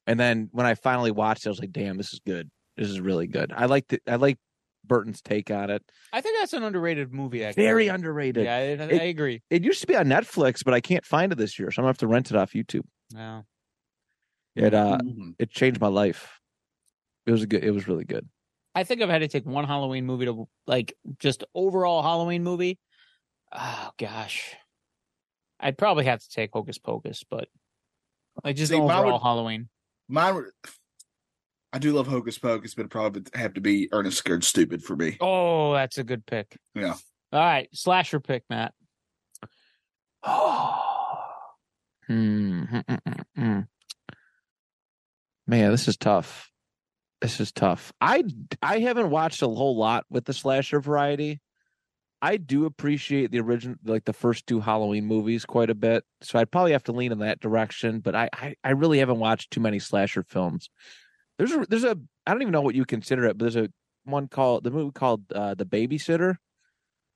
and then when I finally watched it I was like damn this is good. This is really good. I liked it. I like Burton's take on it. I think that's an underrated movie actually. Very underrated. Yeah, I, I agree. It used to be on Netflix, but I can't find it this year, so I'm gonna have to rent it off YouTube. Yeah. It uh Mhm. it changed my life. It was a good it was really good. I think I've had to take one Halloween movie to like just overall Halloween movie. Oh gosh. I'd probably have to take Hocus Pocus, but like just See, mine overall would- Halloween. Mine. were- I do love Hocus Pocus, but it probably would have to be Ernest Scared Stupid for me. Oh, that's a good pick. Yeah. All right, slasher pick, Matt. Hmm. mm, mm, mm, mm. Man, this is tough. This is tough. I I haven't watched a whole lot with the slasher variety. I do appreciate the original, like the first two Halloween movies, quite a bit. So I'd probably have to lean in that direction. But I I, I really haven't watched too many slasher films. There's a there's a I don't even know what you consider it, but there's a one called the movie called uh, The Babysitter.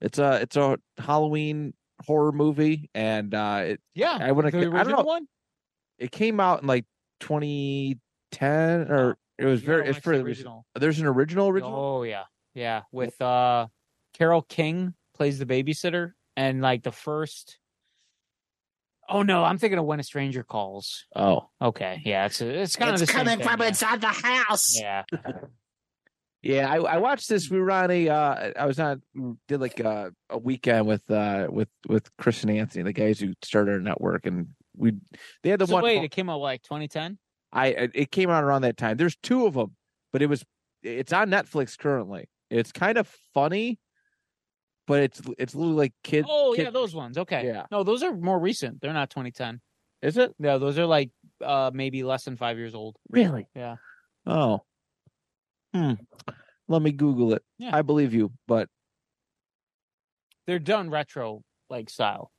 It's a it's a Halloween horror movie, and uh, it Yeah, I wouldn't. Oh, the I don't original know. one. It came out in like 2010, or it was Oh, You very. gotta It's watch the for There's an original original. Oh yeah, yeah. With uh, Carol King plays the babysitter, and like the first. Oh no, I'm thinking of When a Stranger Calls. Oh, Okay, yeah, it's it's kind it's of the coming same thing, from inside the house. Yeah. yeah, yeah. I, I watched this. We were on a. Uh, I was on did like a, a weekend with uh with with Chris and Anthony, the guys who started our network, and we they had the so one. oh, wait, it came out like 2010. I it came out around that time. There's two of them, but it was it's on Netflix currently. It's kind of funny, but it's it's literally like kid. Oh kid- yeah, those ones. Okay. Yeah. No, those are more recent. They're not 2010. is it Yeah, those are like uh maybe less than five years old. really? Yeah. Oh, hmm. Let me Google it. Yeah. I believe you, but They're done retro like style.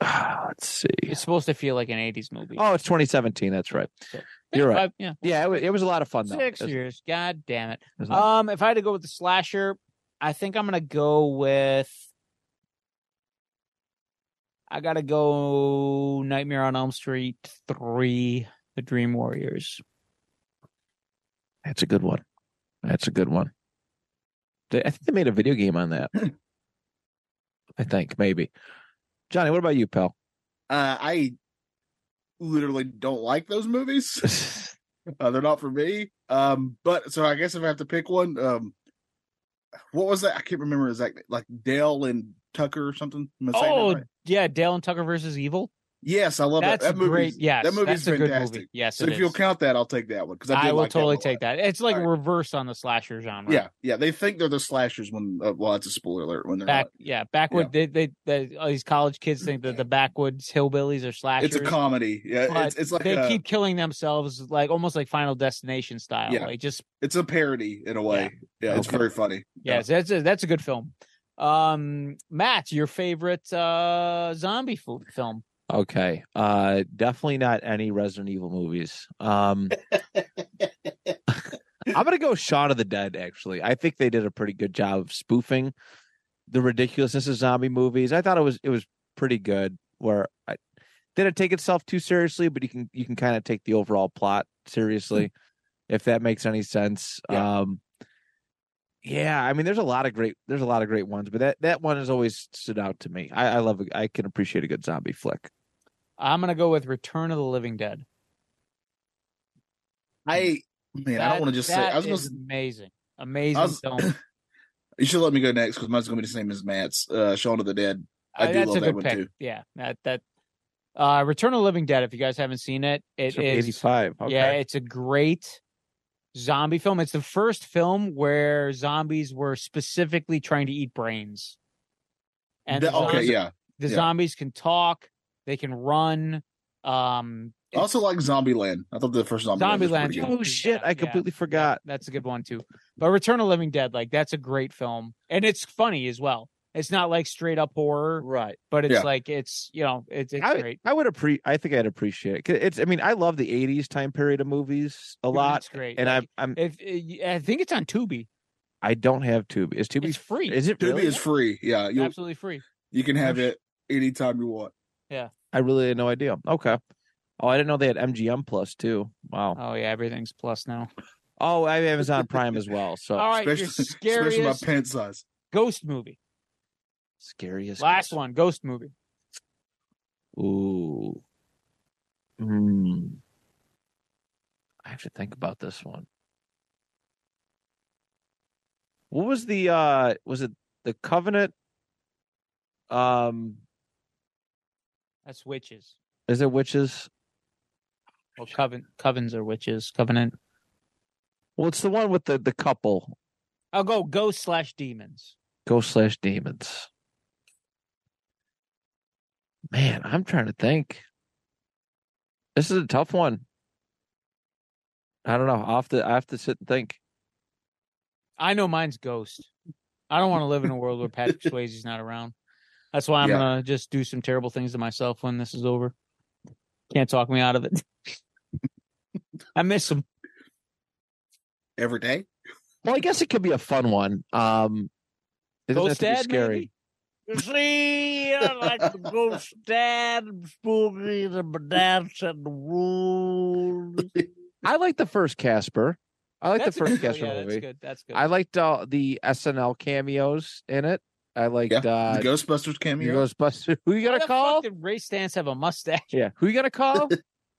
let's see. It's supposed to feel like an 80s movie. Oh, it's 2017. That's right. Yeah, you're right. five- yeah. Yeah, it was, it was a lot of fun though. Six It was- years. God damn it. it was a lot- Um, if I had to go with the slasher, I think I'm gonna go with. I gotta go Nightmare on Elm Street three, The Dream Warriors. that's a good one. That's a good one. They- I think they made a video game on that. I think maybe. Johnny, what about you, pal? Uh, I literally don't like those movies. Uh, they're not for me. Um, but so I guess if I have to pick one, um, what was that? I can't remember exactly. Like Dale and Tucker or something. Am I saying that Oh right? yeah, Dale and Tucker versus Evil. yes, I love That's that. That a movie's great. Yes, that movie's that's a fantastic. good movie. Yes, So it if you'll is. count that, I'll take that one because I, I did will like that totally one a take lot. that. It's like All right. reverse on the slasher genre. Yeah, yeah. They think they're the slashers when. Uh, well, that's a spoiler alert when they're back not. yeah backwood they they, they all these college kids think that the backwoods hillbillies are It's slashers a uh, comedy. Yeah, but it's it's like they a, keep killing themselves like almost like final destination style Yeah. like just it's a parody in a way. Yeah, it's Okay. very funny. yeah, so that's a, that's a good film um matt your favorite uh zombie fo- film Okay. Uh definitely not any Resident Evil movies. Um I'm gonna go Shaun of the Dead, actually. I think they did a pretty good job of spoofing the ridiculousness of zombie movies. I thought it was it was pretty good where I did it take itself too seriously, but you can you can kind of take the overall plot seriously, if that makes any sense. Yeah. Um yeah, I mean, there's a lot of great, there's a lot of great ones, but that that one has always stood out to me. I, I love, a- I can appreciate a good zombie flick. i'm gonna go with return of the living dead I man, I That- don't want to just say. that I was gonna is say, amazing amazing I was- film you should let me go next because mine's gonna be the same as Matt's. Uh, Shaun of the Dead. I Uh, do that's love a that good one pick. too. yeah that that uh return of the living dead if you guys haven't seen it it From is 85. Okay. Yeah, it's a great zombie film. It's the first film where zombies were specifically trying to eat brains. And The- the, okay, zombies, yeah. the yeah. zombies can talk, they can run. Um I also like Zombieland. I thought the first Zombieland was Zombieland, pretty good. Oh shit, Yeah, I completely yeah, forgot. that's a good one too. But Return of the Living Dead, like that's a great film. And it's funny as well. It's not like straight up horror, Right. but it's Yeah. like it's you know, it's it's I, great. I would appreciate I think I'd appreciate it. 'Cause It's I mean, I love the 80s time period of movies a lot. It's great. And I Like, I'm if eh, I think it's on Tubi. I don't have Tubi. Is Tubi It's free. Is it Tubi really? is free. Yeah, you Absolutely free. you can have it anytime you want. I really had no idea. Okay. Oh, I didn't know they had MGM Plus too. Wow. Oh yeah, everything's plus now. Oh, I have Amazon Prime as well. So All right, your Oh, especially, especially my scariest pant size. ghost movie. scariest. Last one, ghost movie. Ooh. Hmm. I have to think about this one. What was the uh was it the covenant? Um That's witches. is it witches? Well, coven covens are witches. Covenant. Well it's the one with the the couple, I'll go ghost slash demons. ghost slash demons. Man, I'm trying to think. This is a tough one. I don't know. I have to I have to sit and think. I know mine's ghost. I don't want to live in a world where Patrick Swayze's not around. That's why I'm Yeah. gonna just do some terrible things to myself when this is over. Can't talk me out of it. I miss him. Every day? Well, I guess it could be a fun one. Um, Isn't Ghost that Dad, scary? maybe? You see, I like to go dad, spooky, the dance and the rules. I like the first Casper. I like That's the first a good, Casper yeah, movie. That's good. That's good. I liked uh, the SNL cameos in it. I liked Yeah, uh, the Ghostbusters the cameo. Ghostbusters. Who you Why gonna the call? fuck did Ray Stance have a mustache? Yeah, who you gonna call?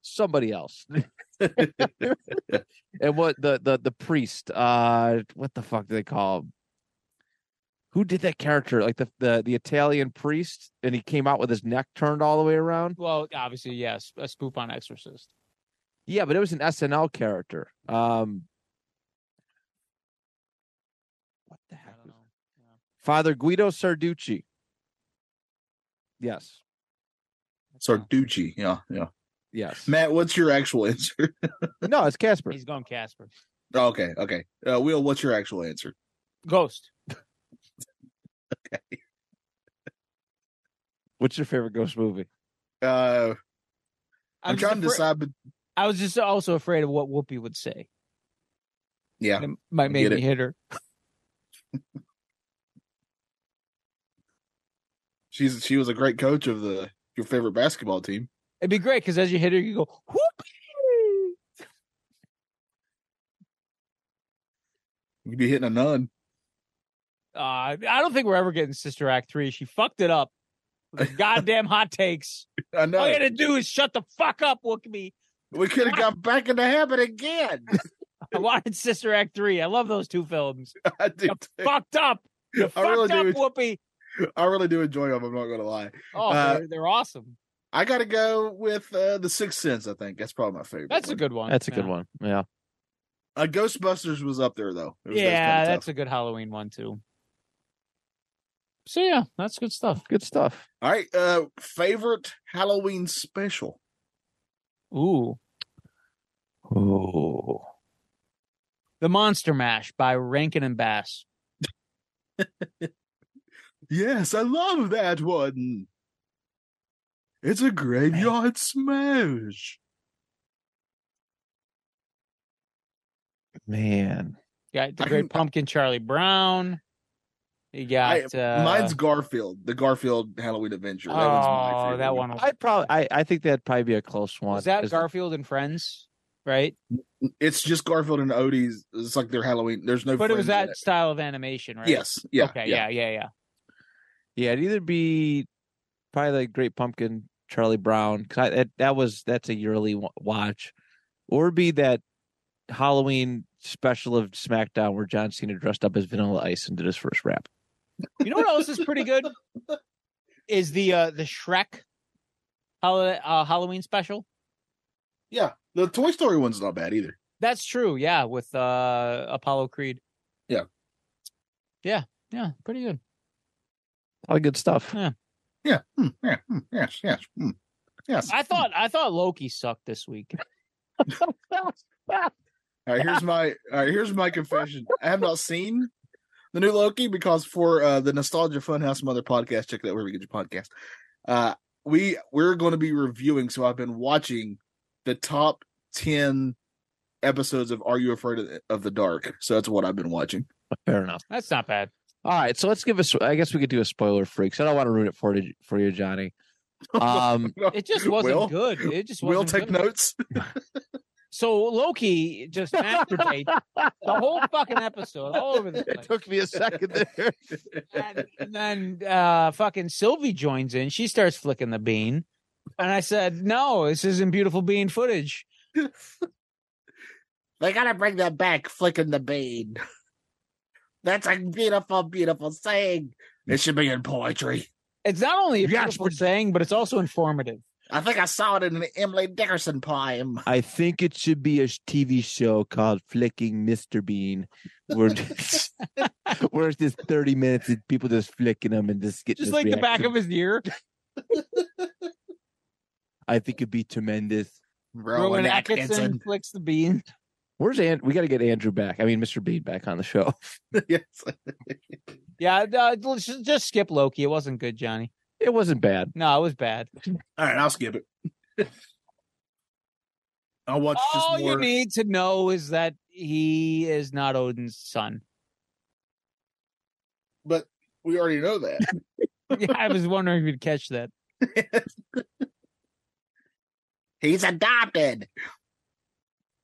Somebody else. and what the the the priest? Uh, what the fuck do they call him? Who did that character? Like the the the Italian priest, and he came out with his neck turned all the way around. Well, obviously, yes, a spoof on Exorcist. Yeah, but it was an SNL character. Um, what the I heck? don't Was know. Father Guido Sarducci. Yes. Sarducci. Yeah, yeah. Yes. Matt, what's your actual answer? no, it's Casper. He's going Casper. Oh, okay, okay. Uh, Will, what's your actual answer? Ghost. What's your favorite ghost movie? Uh, I I'm was trying to afra- decide, but I was just also afraid of what Whoopi would say. yeah, It might make get me it. hit her. she's she was a great coach of the your favorite basketball team. It'd be great because as you hit her, you go Whoopi. You'd be hitting a nun. Uh, I don't think we're ever getting Sister Act three. She fucked it up. With Goddamn hot takes. I know. All you gotta do is shut the fuck up, Whoopi. We could have got back in the habit again. I wanted Sister Act three. I love those two films. I do. You fucked up. You I fucked really up, do. Whoopi. I really do enjoy them. I'm not gonna lie. Oh, Uh, they're, they're awesome. I gotta go with uh, the Sixth Sense. I think that's probably my favorite. That's a one. good one. That's a Yeah. good one. Yeah. Uh, Ghostbusters was up there though. It was- that was yeah, kinda that's tough. a good Halloween one too. So yeah, that's good stuff. Good stuff. all right. Uh, favorite Halloween special. Ooh, Oh. the Monster Mash by Rankin and Bass. Yes, I love that one. It's a graveyard smash. Man. You got the I Great can- Pumpkin, Charlie Brown. You got uh, Mine's Garfield, the Garfield Halloween Adventure. Oh, That one's my favorite. that one. I probably I, I think that'd probably be a close one. was that Is- Garfield and Friends, right? It's just Garfield and Odie's. It's like their Halloween. There's no. But it was friends in that style of animation, right? Yes. Yeah. okay. Yeah. Yeah. Yeah. Yeah. Yeah, it'd either be probably like Great Pumpkin, Charlie Brown. 'cause I, that, that was that's a yearly wa- watch, or it'd be that Halloween special of SmackDown where John Cena dressed up as Vanilla Ice and did his first rap. You know what else is pretty good? Is the uh the Shrek holiday, uh, Halloween special? Yeah. The Toy Story one's not bad either. That's true. Yeah, with uh Apollo Creed. Yeah. Yeah. Yeah. Pretty good. All good stuff. Yeah. Hmm, yeah. Hmm, yes. Yes. Hmm. Yes. I thought I thought Loki sucked this week. All right, here's my all right, here's my confession. I have not seen the new Loki because for uh, the Nostalgia Funhouse Mother podcast, check it out wherever you get your podcast. Uh, we we're going to be reviewing. So I've been watching the top ten episodes of Are You Afraid of the, of the Dark? So that's what I've been watching. Fair enough. That's not bad. All right, so let's give us. I guess we could do a spoiler freak. So I don't want to ruin it for you, for you, Johnny. Um, It just wasn't Will? good. It just wasn't we'll take good. notes. So Loki just masturbated the whole fucking episode all over the place. took me a second there. And, and then uh, fucking Sylvie joins in. She starts flicking the bean. And I said, no, this isn't beautiful bean footage. They gotta bring that back, flicking the bean. That's a beautiful, beautiful saying. It should be in poetry. It's not only a Yes, beautiful but- thing, but it's also informative. I think I saw it in an Emily Dickerson poem. I think it should be a sh- TV show called Flicking Mr. Bean, where where it's just thirty minutes of people just flicking them and just getting Just this like the back reaction. of his ear. I think it'd be tremendous. Rowan Atkinson flicks the bean. Where's and we got to get Andrew back. I mean, Mr. Bean back on the show. yes. Yeah, uh, let's just, just skip Loki. It wasn't good, Johnny. It wasn't bad. No, it was bad. All right, I'll skip it. I'll watch All just more. Oh, you need to know is that he is not Odin's son. but We already know that. Yeah, I was wondering if you'd catch that. He's adopted.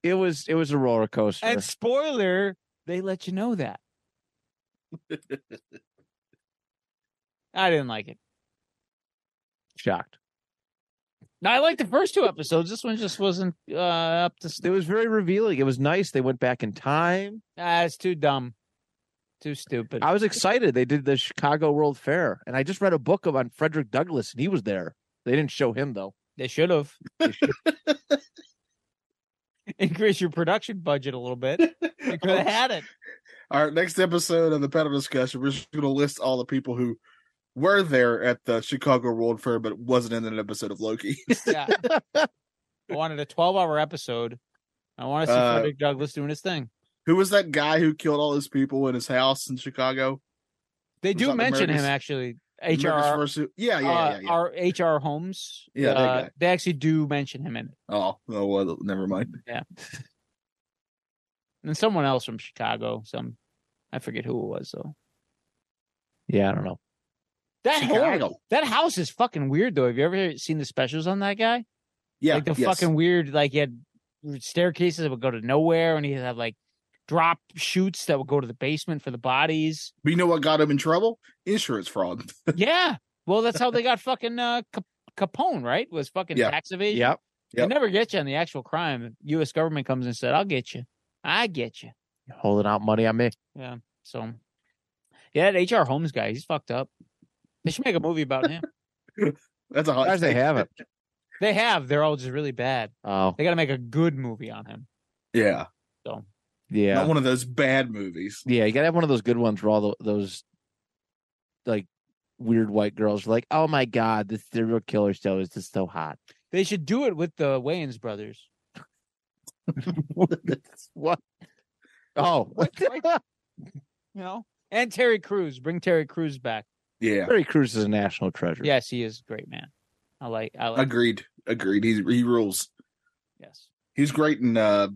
It was it was a roller coaster. And spoiler, they let you know that. I didn't like it. Shocked. No, I liked the first two episodes. This one just wasn't uh, up to. It St- was very revealing. It was nice. They went back in time. ah, it's too dumb, too stupid. I was excited. They did the Chicago World Fair, and I just read a book about Frederick Douglass, and he was there. They didn't show him though. They should have increased your production budget a little bit. You could have had it. All right, next episode of the panel discussion, we're just going to list all the people who were there at the Chicago World Fair, but wasn't in an episode of Loki. Yeah, I wanted a twelve-hour episode. I want to see Uh, Frederick Douglass doing his thing. who was that guy who killed all those people in his house in Chicago? They was do on the mention him Murders- actually. Murders HR, versus- Yeah, yeah, uh, yeah. yeah. our HR Holmes. Yeah, that uh, guy. they actually do mention him in it, oh, no, well, never mind. and someone else from Chicago. Some, I forget who it was though. Yeah, I don't know. That whole, Chicago. that house is fucking weird though. Have you ever seen the specials on that guy? Yeah, like the yes. fucking weird, like he had staircases that would go to nowhere, and he'd have like drop chutes that would go to the basement for the bodies. But you know what got him in trouble? Insurance fraud. yeah, well, that's how they got fucking uh, Cap- Capone, right? Was fucking Yeah. tax evasion. Yep. Yep. They never get you on the actual crime. U.S. government comes and said, "I'll get you. I get you." Holding out money on me. So, yeah, that H.R. Holmes guy, he's fucked up. They should make a movie about him. That's a hot Surprised they take. haven't. they have. They're all just really bad. Oh They got to make a good movie on him. Yeah. yeah, Not one of those bad movies. yeah. You gotta have one of those good ones where all tho- those like weird white girls are like, "Oh my god, this serial killer show is just so hot." They should do it with the Wayans brothers. what? Oh, You know, and Terry Crews. Bring Terry Crews back. Yeah. Terry Crews is a national treasure. Yes, he is a great man. I like. I like. Agreed. Agreed. He he rules. Yes. He's great in uh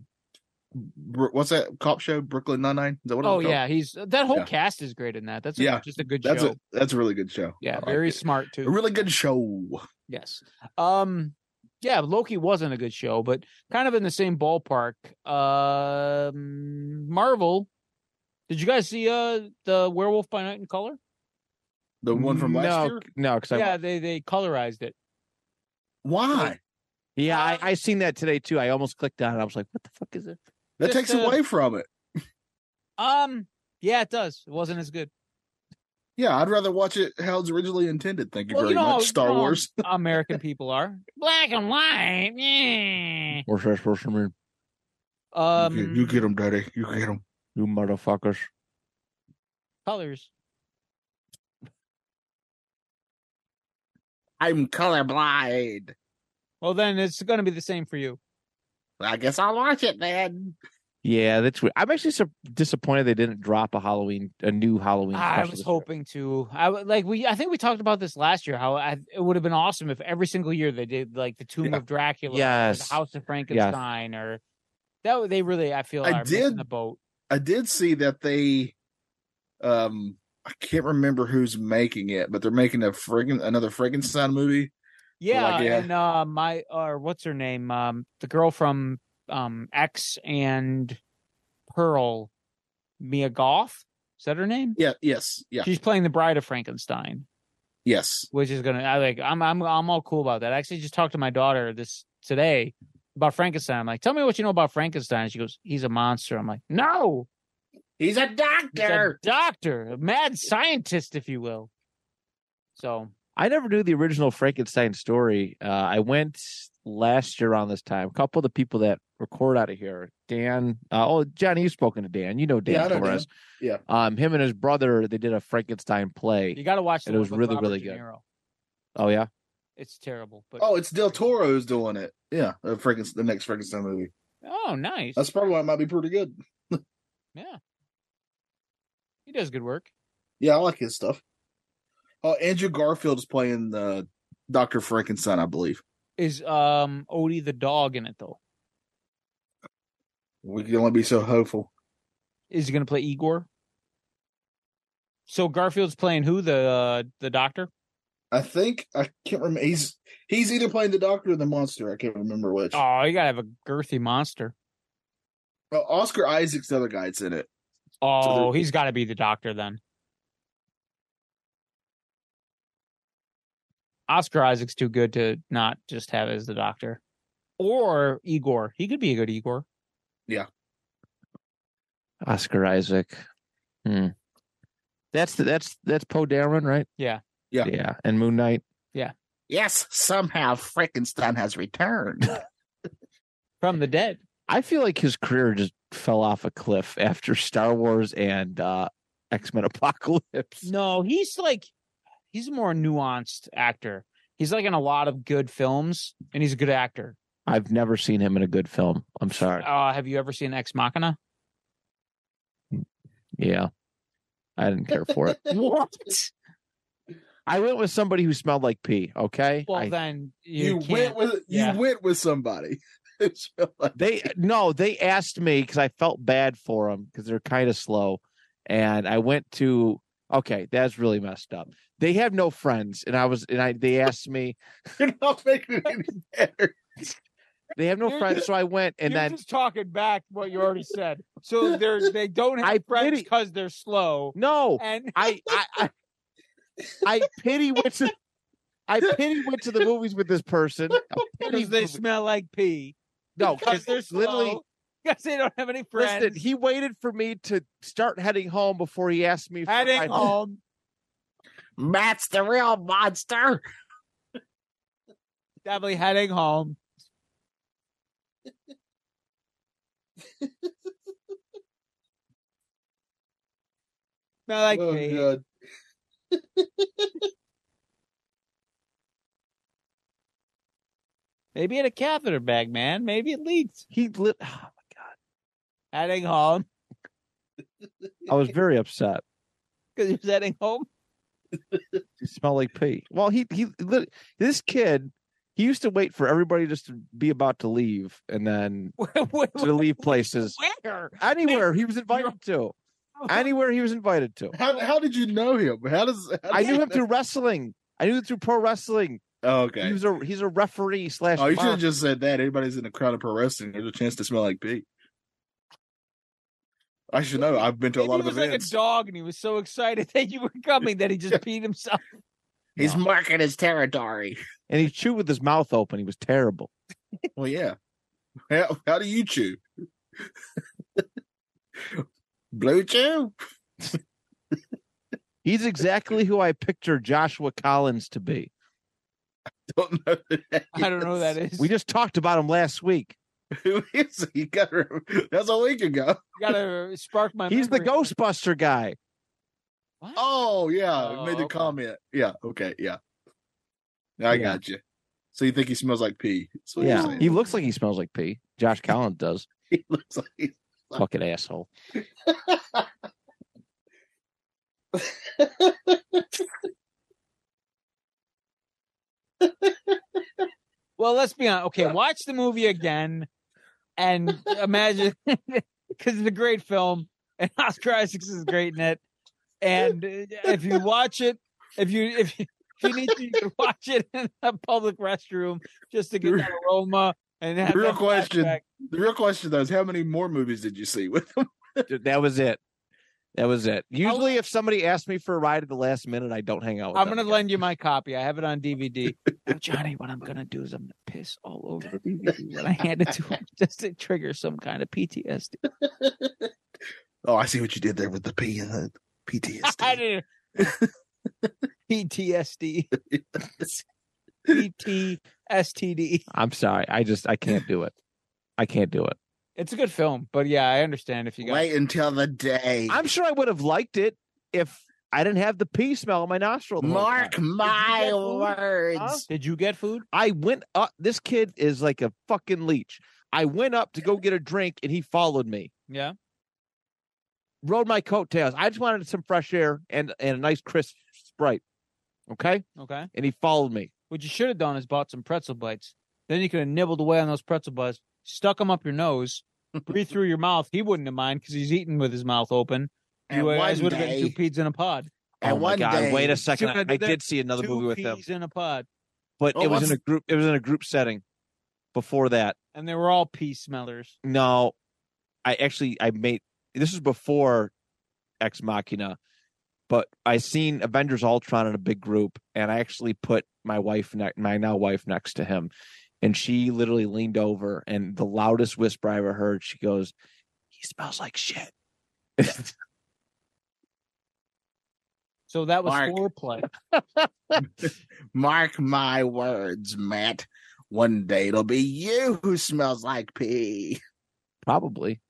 Bro- what's that cop show? Brooklyn Nine Nine? Is that what it Oh was called? yeah, he's that whole Yeah. cast is great in that. That's a, Yeah, just a good That's show. a that's a really good show. I yeah, like very it. smart too. a really good show. Yes. Um yeah, Loki wasn't a good show, but kind of in the same ballpark. Um Marvel. Did you guys see uh the Werewolf by Night in color? The one from last no, year? No, because yeah, they they colorized it. Why? I yeah, I, I seen that today too. I almost clicked on. it. I was like, "What the fuck is it?" That Just, takes uh, away from it. Um yeah, it does. It wasn't as good. Yeah, I'd rather watch it how it's originally intended. Thank you Well, very you know, much, Star you know, Wars. American people are. Black and white. Yeah. Or fresh person, Um you, you get them, Daddy. You get them. you motherfuckers. colors. I'm colorblind. Well then it's gonna be the same for you. I guess I'll watch it then. Yeah, that's weird. I'm actually sur- disappointed they didn't drop a Halloween, a new Halloween. I special was this hoping to. I w- like we. I think we talked about this last year. How I, it would have been awesome if every single year they did like the Tomb Yeah. of Dracula, or Yes. the House of Frankenstein, or that. w- They really, I feel, I are missing did- the boat. I did see that they, um, I can't remember who's making it, but they're making a friggin' another Frankenstein movie. Yeah, like, yeah. and uh, my or what's her name? Um, the girl from um X and Pearl, Mia Goth. Is that her name? Yeah. Yes. Yeah. She's playing the Bride of Frankenstein. Yes. which is gonna I like I'm I'm I'm all cool about that. I actually just talked to my daughter this today about Frankenstein. I'm like, tell me what you know about Frankenstein. She goes, he's a monster. I'm like, no, He's a he's a doctor. doctor, a mad scientist, if you will. So year. I never knew the original Frankenstein story. Uh, I went last year around this time. A couple of the people that record out of here, Dan. Uh, oh, Johnny, you've spoken to Dan. You know Dan Yeah, I know Torres. Dan. Um, him and his brother, they did a Frankenstein play. you got to watch. The It one was with really, Robert really De good. Niro. Oh yeah, It's terrible, but Oh, it's Del Toro's doing it. Yeah, the Franken- the next Frankenstein movie. oh, nice. That's probably why it might be pretty good. yeah, he does good work. Yeah, I like his stuff. Oh, Andrew Garfield is playing the Doctor Frankenstein, I believe. Is um Odie the dog in it though? We can only be so hopeful. Is he gonna play Igor? So Garfield's playing who? The uh, the doctor? I think I can't remember. He's he's either playing the Doctor or the Monster. I can't remember which. Oh, you gotta have a girthy monster. Well, Oh, Oscar Isaac's the other guy that's in it. Oh, there- he's got to be the doctor then. Oscar Isaac's too good to not just have as the doctor, or Igor. He could be a good Igor. Oscar Isaac. Hmm. That's the, that's that's Poe Dameron, right? Yeah. Yeah. Yeah. And Moon Knight. Yes, somehow Frankenstein has returned. From the dead, I feel like his career just fell off a cliff after Star Wars and uh, X Men Apocalypse. No, he's like he's a more nuanced actor. He's like in a lot of good films, and he's a good actor. I've never seen him in a good film. I'm sorry. Uh, have you ever seen Ex Machina? Yeah. I didn't care for it. What? I went with somebody who smelled like pee. Okay. Well, I- then you, You, went can't. with yeah. you went with somebody. It's like- they no, they asked me because I felt bad for them because they're kind of slow, and I went to. Okay, that's really messed up. They have no friends, and I was and I. They asked me. You're not making it any better. They have no You're friends, just- so I went, and You're then just talking back what you already said. So they're they don't have I friends pity- because they're slow. no, And I I I, I pity went to I pity went to the movies with this person. I pity- because they smell like pee. no, Because they're slow. literally Because they don't have any friends. listen, he waited for me to start heading home before he asked me. For my- Heading home. Matt's the real monster. Definitely heading home. Not like Oh, me. God. Maybe in a catheter bag, man. Maybe it leaked. He lit. Heading home I was very upset. because he was heading home. He smelled like pee. Well, he he lit, this kid. He used to wait for everybody just to be about to leave and then Where- where- to leave places Where? anywhere he was invited to. Anywhere he was invited to. How how did you know him? How does how I does- knew him through wrestling. I knew him through pro wrestling. Oh, okay. He was a he's a referee slash. Oh, you should boss. have just said that. Everybody's in the crowd of pro wrestling. There's a chance to smell like pee. I should know. I've been to Maybe a lot he of was like a events. dog, and he was so excited that you were coming that he just peed himself. He's marking his territory. and he chewed with his mouth open. He was terrible. well, yeah. How, how do you chew? Blue chew? He's exactly who I picture Joshua Collins to be. Don't know. who that I don't know who that is. We just talked about him last week. Who is he? Got that's a week ago. gotta spark my. He's the memory. Ghostbuster guy. What? Oh yeah, Oh, made the okay. comment. Yeah, okay, yeah. I Yeah. got you. So you think he smells like pee? That's what you're Yeah, saying. he looks like he smells like pee. Josh Collins does. He looks like he's Fucking asshole. Well, let's be honest. Okay, watch the movie again and imagine because it's a great film and Oscar Isaacs is great in it. And uh, if you watch it, if you if you, if you need to, you can watch it in a public restroom just to get that aroma and have Real that question. flashback. the real question though is how many more movies did you see with him? That was it. That was it. Usually, if somebody asks me for a ride at the last minute, I don't hang out. With I'm them gonna again. lend you my copy. I have it on DVD. Now, Johnny, what I'm gonna do is I'm gonna piss all over the DVD when I hand it to him, just to trigger some kind of PTSD. Oh, I see what you did there with the uh, pee and the PTSD. I didn't. PTSD. PTSD. I'm sorry. I just I can't do it. I can't do it. It's a good film, but yeah, I understand if you guys. Wait until the day. I'm sure I would have liked it if I didn't have the pee smell in my nostril. the whole time. Mark my get food? words. Huh? Did you get food? I went up. This kid is like a fucking leech. I went up to go get a drink and he followed me. Yeah. Rode my coattails. I just wanted some fresh air and and a nice crisp sprite. Okay, Okay. and he followed me. What you should have done is bought some pretzel bites. Then you could have nibbled away on those pretzel bites, stuck them up your nose, breathe through your mouth. He wouldn't have mind because he's eating with his mouth open. And You guys one would have been two day, peas in a pod. And oh one my god! day, Wait a second. I, I Dude, did see another Two movie with him, peas in a pod, but Oh, it was in what's- a group. It was in a group setting. Before that, and they were all pea smellers. no, I actually I made this was before Ex Machina, but I seen Avengers Ultron in a big group, and I actually put my wife, ne- my now wife, next to him, and she literally leaned over, and the loudest whisper I ever heard, she goes, "He smells like shit." So that was Mark. foreplay. Mark my words, Matt. One day it'll be you who smells like pee. Probably.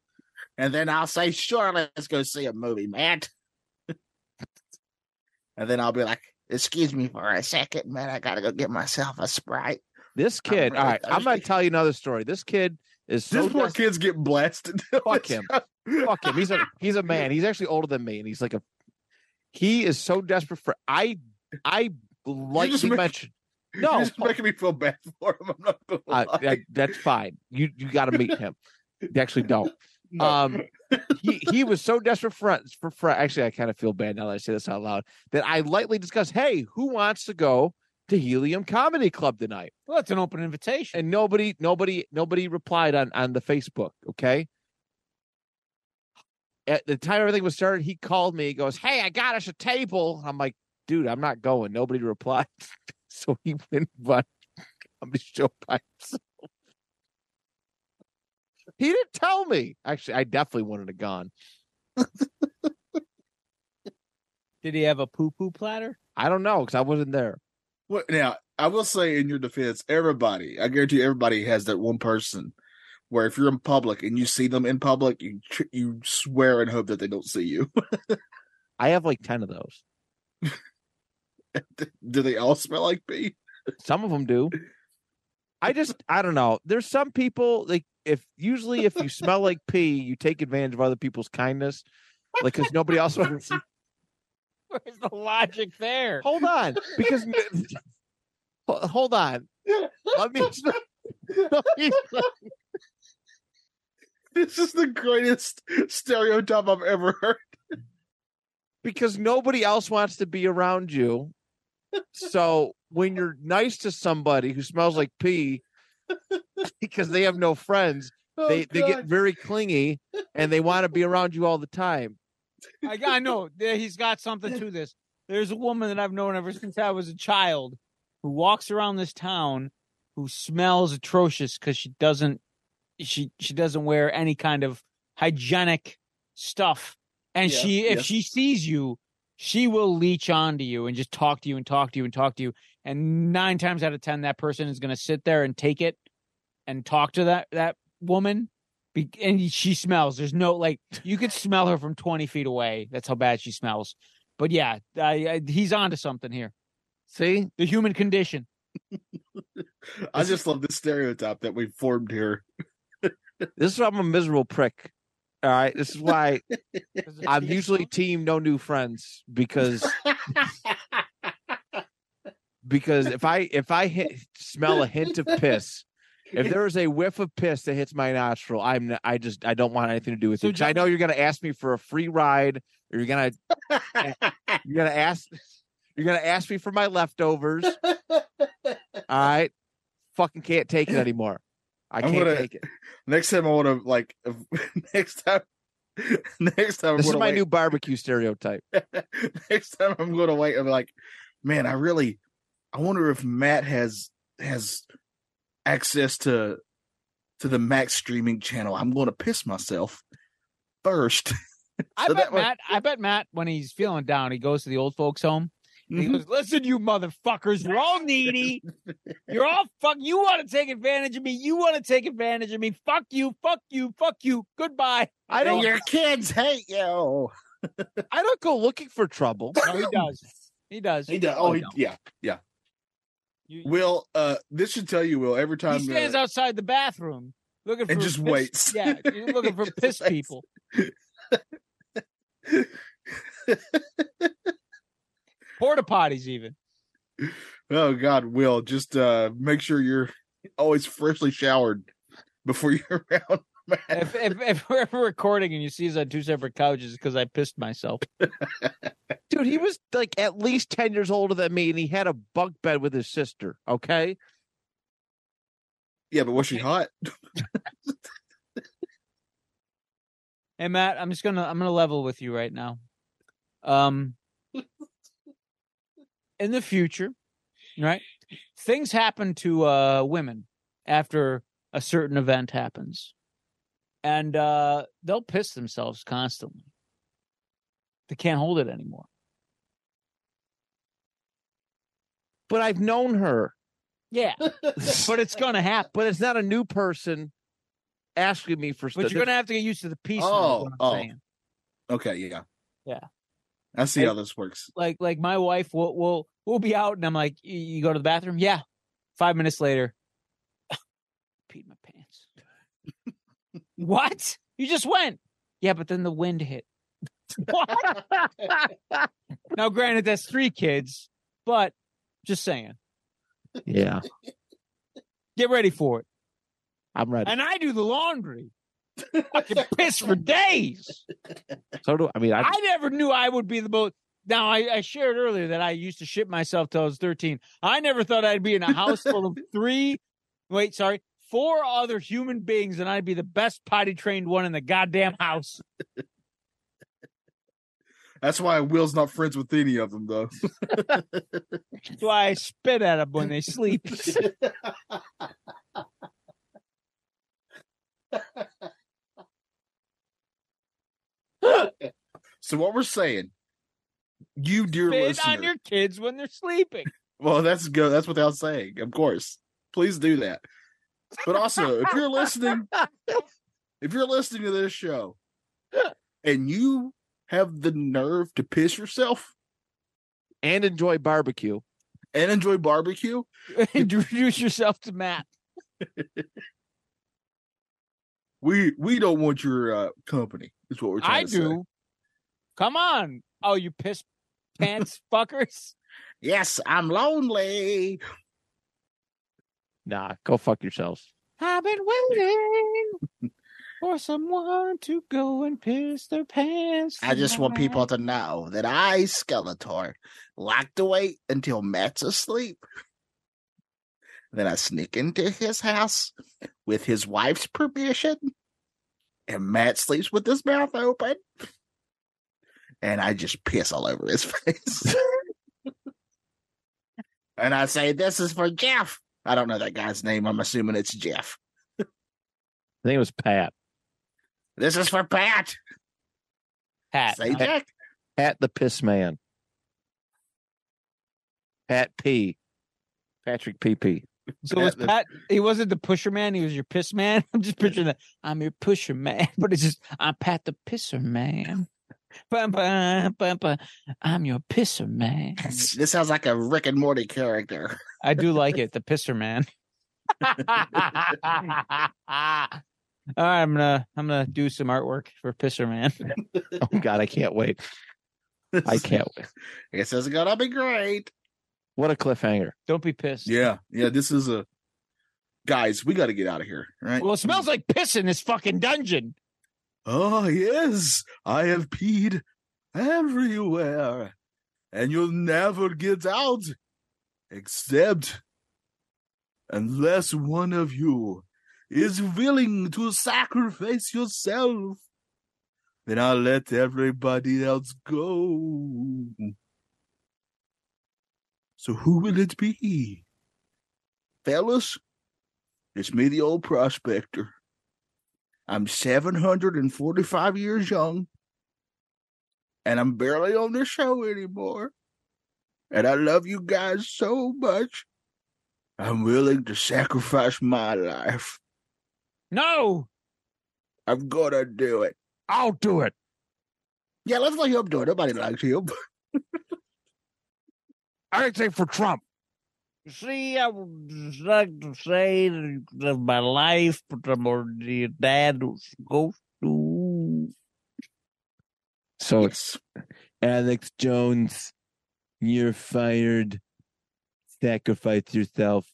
And then I'll say, sure, let's go see a movie, Matt. and then I'll be like, excuse me for a second, man. I gotta go get myself a sprite. This I'm kid, really all right, I'm gonna thirsty. tell you another story. This kid is so This poor desperate- kid's getting blasted. Fuck him. fuck him. He's a he's a man. He's actually older than me, and he's like a he is so desperate for I I just lightly make- mentioned. No, No. You're just making me feel bad for him. I'm not gonna Uh, lie. that- that's fine. You you got to meet him. You actually don't. No. Um, he he was so desperate for for, for actually I kind of feel bad now that I say this out loud that I lightly discussed. Hey, who wants to go to Helium Comedy Club tonight? Well, that's an open invitation. and nobody nobody nobody replied on on the facebook okay at the time everything was started he called me he goes hey i got us a table i'm like dude i'm not going nobody replied so he went but i'm just show by himself he didn't tell me actually i definitely wouldn't have gone Did he have a poo poo platter? i don't know because i wasn't there What, now, I will say in your defense, everybody, I guarantee you everybody has that one person where if you're in public and you see them in public, you tr- you swear and hope that they don't see you. i have like 10 of those Do they all smell like pee? Some of them do. I just I don't know. There's some people like if usually if you smell like pee, you take advantage of other people's kindness, like because nobody else. wants- Where's the logic there? hold on, because Ho- hold on. Let me. let me- This is the greatest stereotype I've ever heard. because nobody else wants to be around you. So when you're nice to somebody who smells like pee, because they have no friends, they, they get very clingy and they want to be around you all the time. I, I know there- he's got something to this. There's a woman that I've known ever since I was a child who walks around this town who smells atrocious because she doesn't she she doesn't wear any kind of hygienic stuff. And Yeah, she if yes. she sees you, she will leech onto you and just talk to you and talk to you and talk to you. And nine times out of ten, that person is gonna sit there and take it and talk to that that woman be- and she smells. There's no like you could smell her from 20 feet away. That's how bad she smells. But yeah, I, I, he's onto something here. See, The human condition. I just love this stereotype that we formed here. This is why I'm a miserable prick. All right. This is why I'm usually team no new friends because because if I if I hit, smell a hint of piss, if there is a whiff of piss that hits my nostril, I'm n- I just I don't want anything to do with So you. 'Cause I John- know you're gonna ask me for a free ride, or you're gonna eh, you're gonna ask you're gonna ask me for my leftovers. All right, fucking can't take it anymore. I I'm can't gonna- take it. Next time I want to like. Next time. Next time. I'm This is gonna my wait- new barbecue stereotype. next time I'm going to wait and be like, man, I really, I wonder if Matt has has access to to the Max streaming channel. I'm going to piss myself first. I So bet that way- Matt. I bet Matt when he's feeling down, he goes to the old folks' home. and He Mhm. goes, "Listen, you motherfuckers, you're all needy. You're all fuck. You want to take advantage of me. You want to take advantage of me. Fuck you. Fuck you. Fuck you. Goodbye." I And don't. your kids hate you. I don't go looking for trouble. No, he does. He does. He He, does. Oh, he, yeah, yeah. You- Will, uh, this should tell you, Will. Every time stands uh, outside the bathroom looking for and just piss- waits. Yeah, he's looking for Just piss waits. people. Porta potties, even. Oh God, Will, just uh, make sure you're always freshly showered before you're around. Matt. if, if if we're ever recording and you see us on two separate couches because I pissed myself. Dude, he was like at least 10 years older than me, and he had a bunk bed with his sister. Okay. Yeah, but was she hot? Hey Matt, I'm just gonna I'm gonna level with you right now. Um in the future, right? Things happen to uh women after a certain event happens. And uh they'll piss themselves constantly. They can't hold it anymore. But I've known her, Yeah. but it's gonna happen. but it's not a new person asking me for But stuff. you're gonna have to get used to the piece. Oh, oh. Saying. Okay, yeah. Yeah. I see Hey. how this works. like like my wife will will will be out and I'm like, "Y- you go to the bathroom? Yeah. Five minutes later. Peed my pants. what? You just went. Yeah, but then the wind hit. what? now granted that's three kids, but just saying. yeah, Get ready for it. I'm ready. And I do the laundry. I can piss for days. So do I mean I, I never knew I would be the most. Now I, I shared earlier that I used to shit myself till I was 13. I never thought I'd be in a house full of three, wait, sorry, four other human beings, and I'd be the best potty trained one in the goddamn house. That's why Will's not friends with any of them, though. That's why I spit at them when they sleep. So what we're saying, you dear Spit listener. on your kids when they're sleeping. Well, that's good. That's without saying, of course. Please do that. But also, if you're listening, if you're listening to this show, and you have the nerve to piss yourself and enjoy barbecue. and enjoy barbecue, Introduce yourself to Matt. we we don't want your uh, company. Is what we're trying I to say. do. Come on. Oh, you piss pants fuckers. Yes, I'm lonely. Nah, go fuck yourselves. I've been waiting for someone to go and piss their pants. I just want tonight. people to know that I, Skeletor, like to wait until Matt's asleep. Then I sneak into his house with his wife's permission, and Matt sleeps with his mouth open. And I just piss all over his face. and I say, This is for Jeff. I don't know that guy's name. I'm assuming it's Jeff. I think it was Pat. This is for Pat. Pat. say Jack. Pat the piss man. Pat P. Patrick P P. So was Pat the- Pat? He wasn't the pusher man. He was your piss man. I'm just picturing that. I'm your pusher man, but it's just I'm Pat the pisser man. Bum, bum, bum, bum. I'm your pisser man. This sounds like a Rick and Morty character. I do like it, the pisser man. All right, I'm gonna I'm gonna do some artwork for pisser man. Oh God, I can't wait. I can't wait. This is gonna be great. What a cliffhanger. Don't be pissed. Yeah, yeah. This is a guys. We got to get out of here, right? Well, it smells like piss in this fucking dungeon. Oh yes, I have peed everywhere, and you'll never get out, except unless one of you is willing to sacrifice yourself. Then I'll let everybody else go. So who will it be, fellas? It's me, the old prospector. I'm 745 years young, and I'm barely on this show anymore. And I love you guys so much. I'm willing to sacrifice my life. No, I'm gonna do it. I'll do it. Yeah, let's let him do it. Nobody likes him. Anything for Trump. You see, I would just like to say that my life, but I'm already a dad who's supposed to. So it's Alex Jones. You're fired. Sacrifice yourself.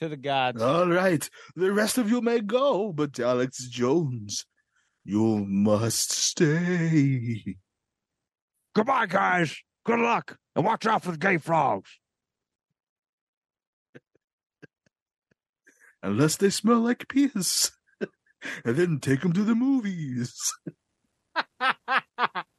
to the gods. All right, the rest of you may go, but Alex Jones, you must stay. Goodbye, guys. Good luck, and watch out for the gay frogs. Unless they smell like piss. and then take them to the movies. I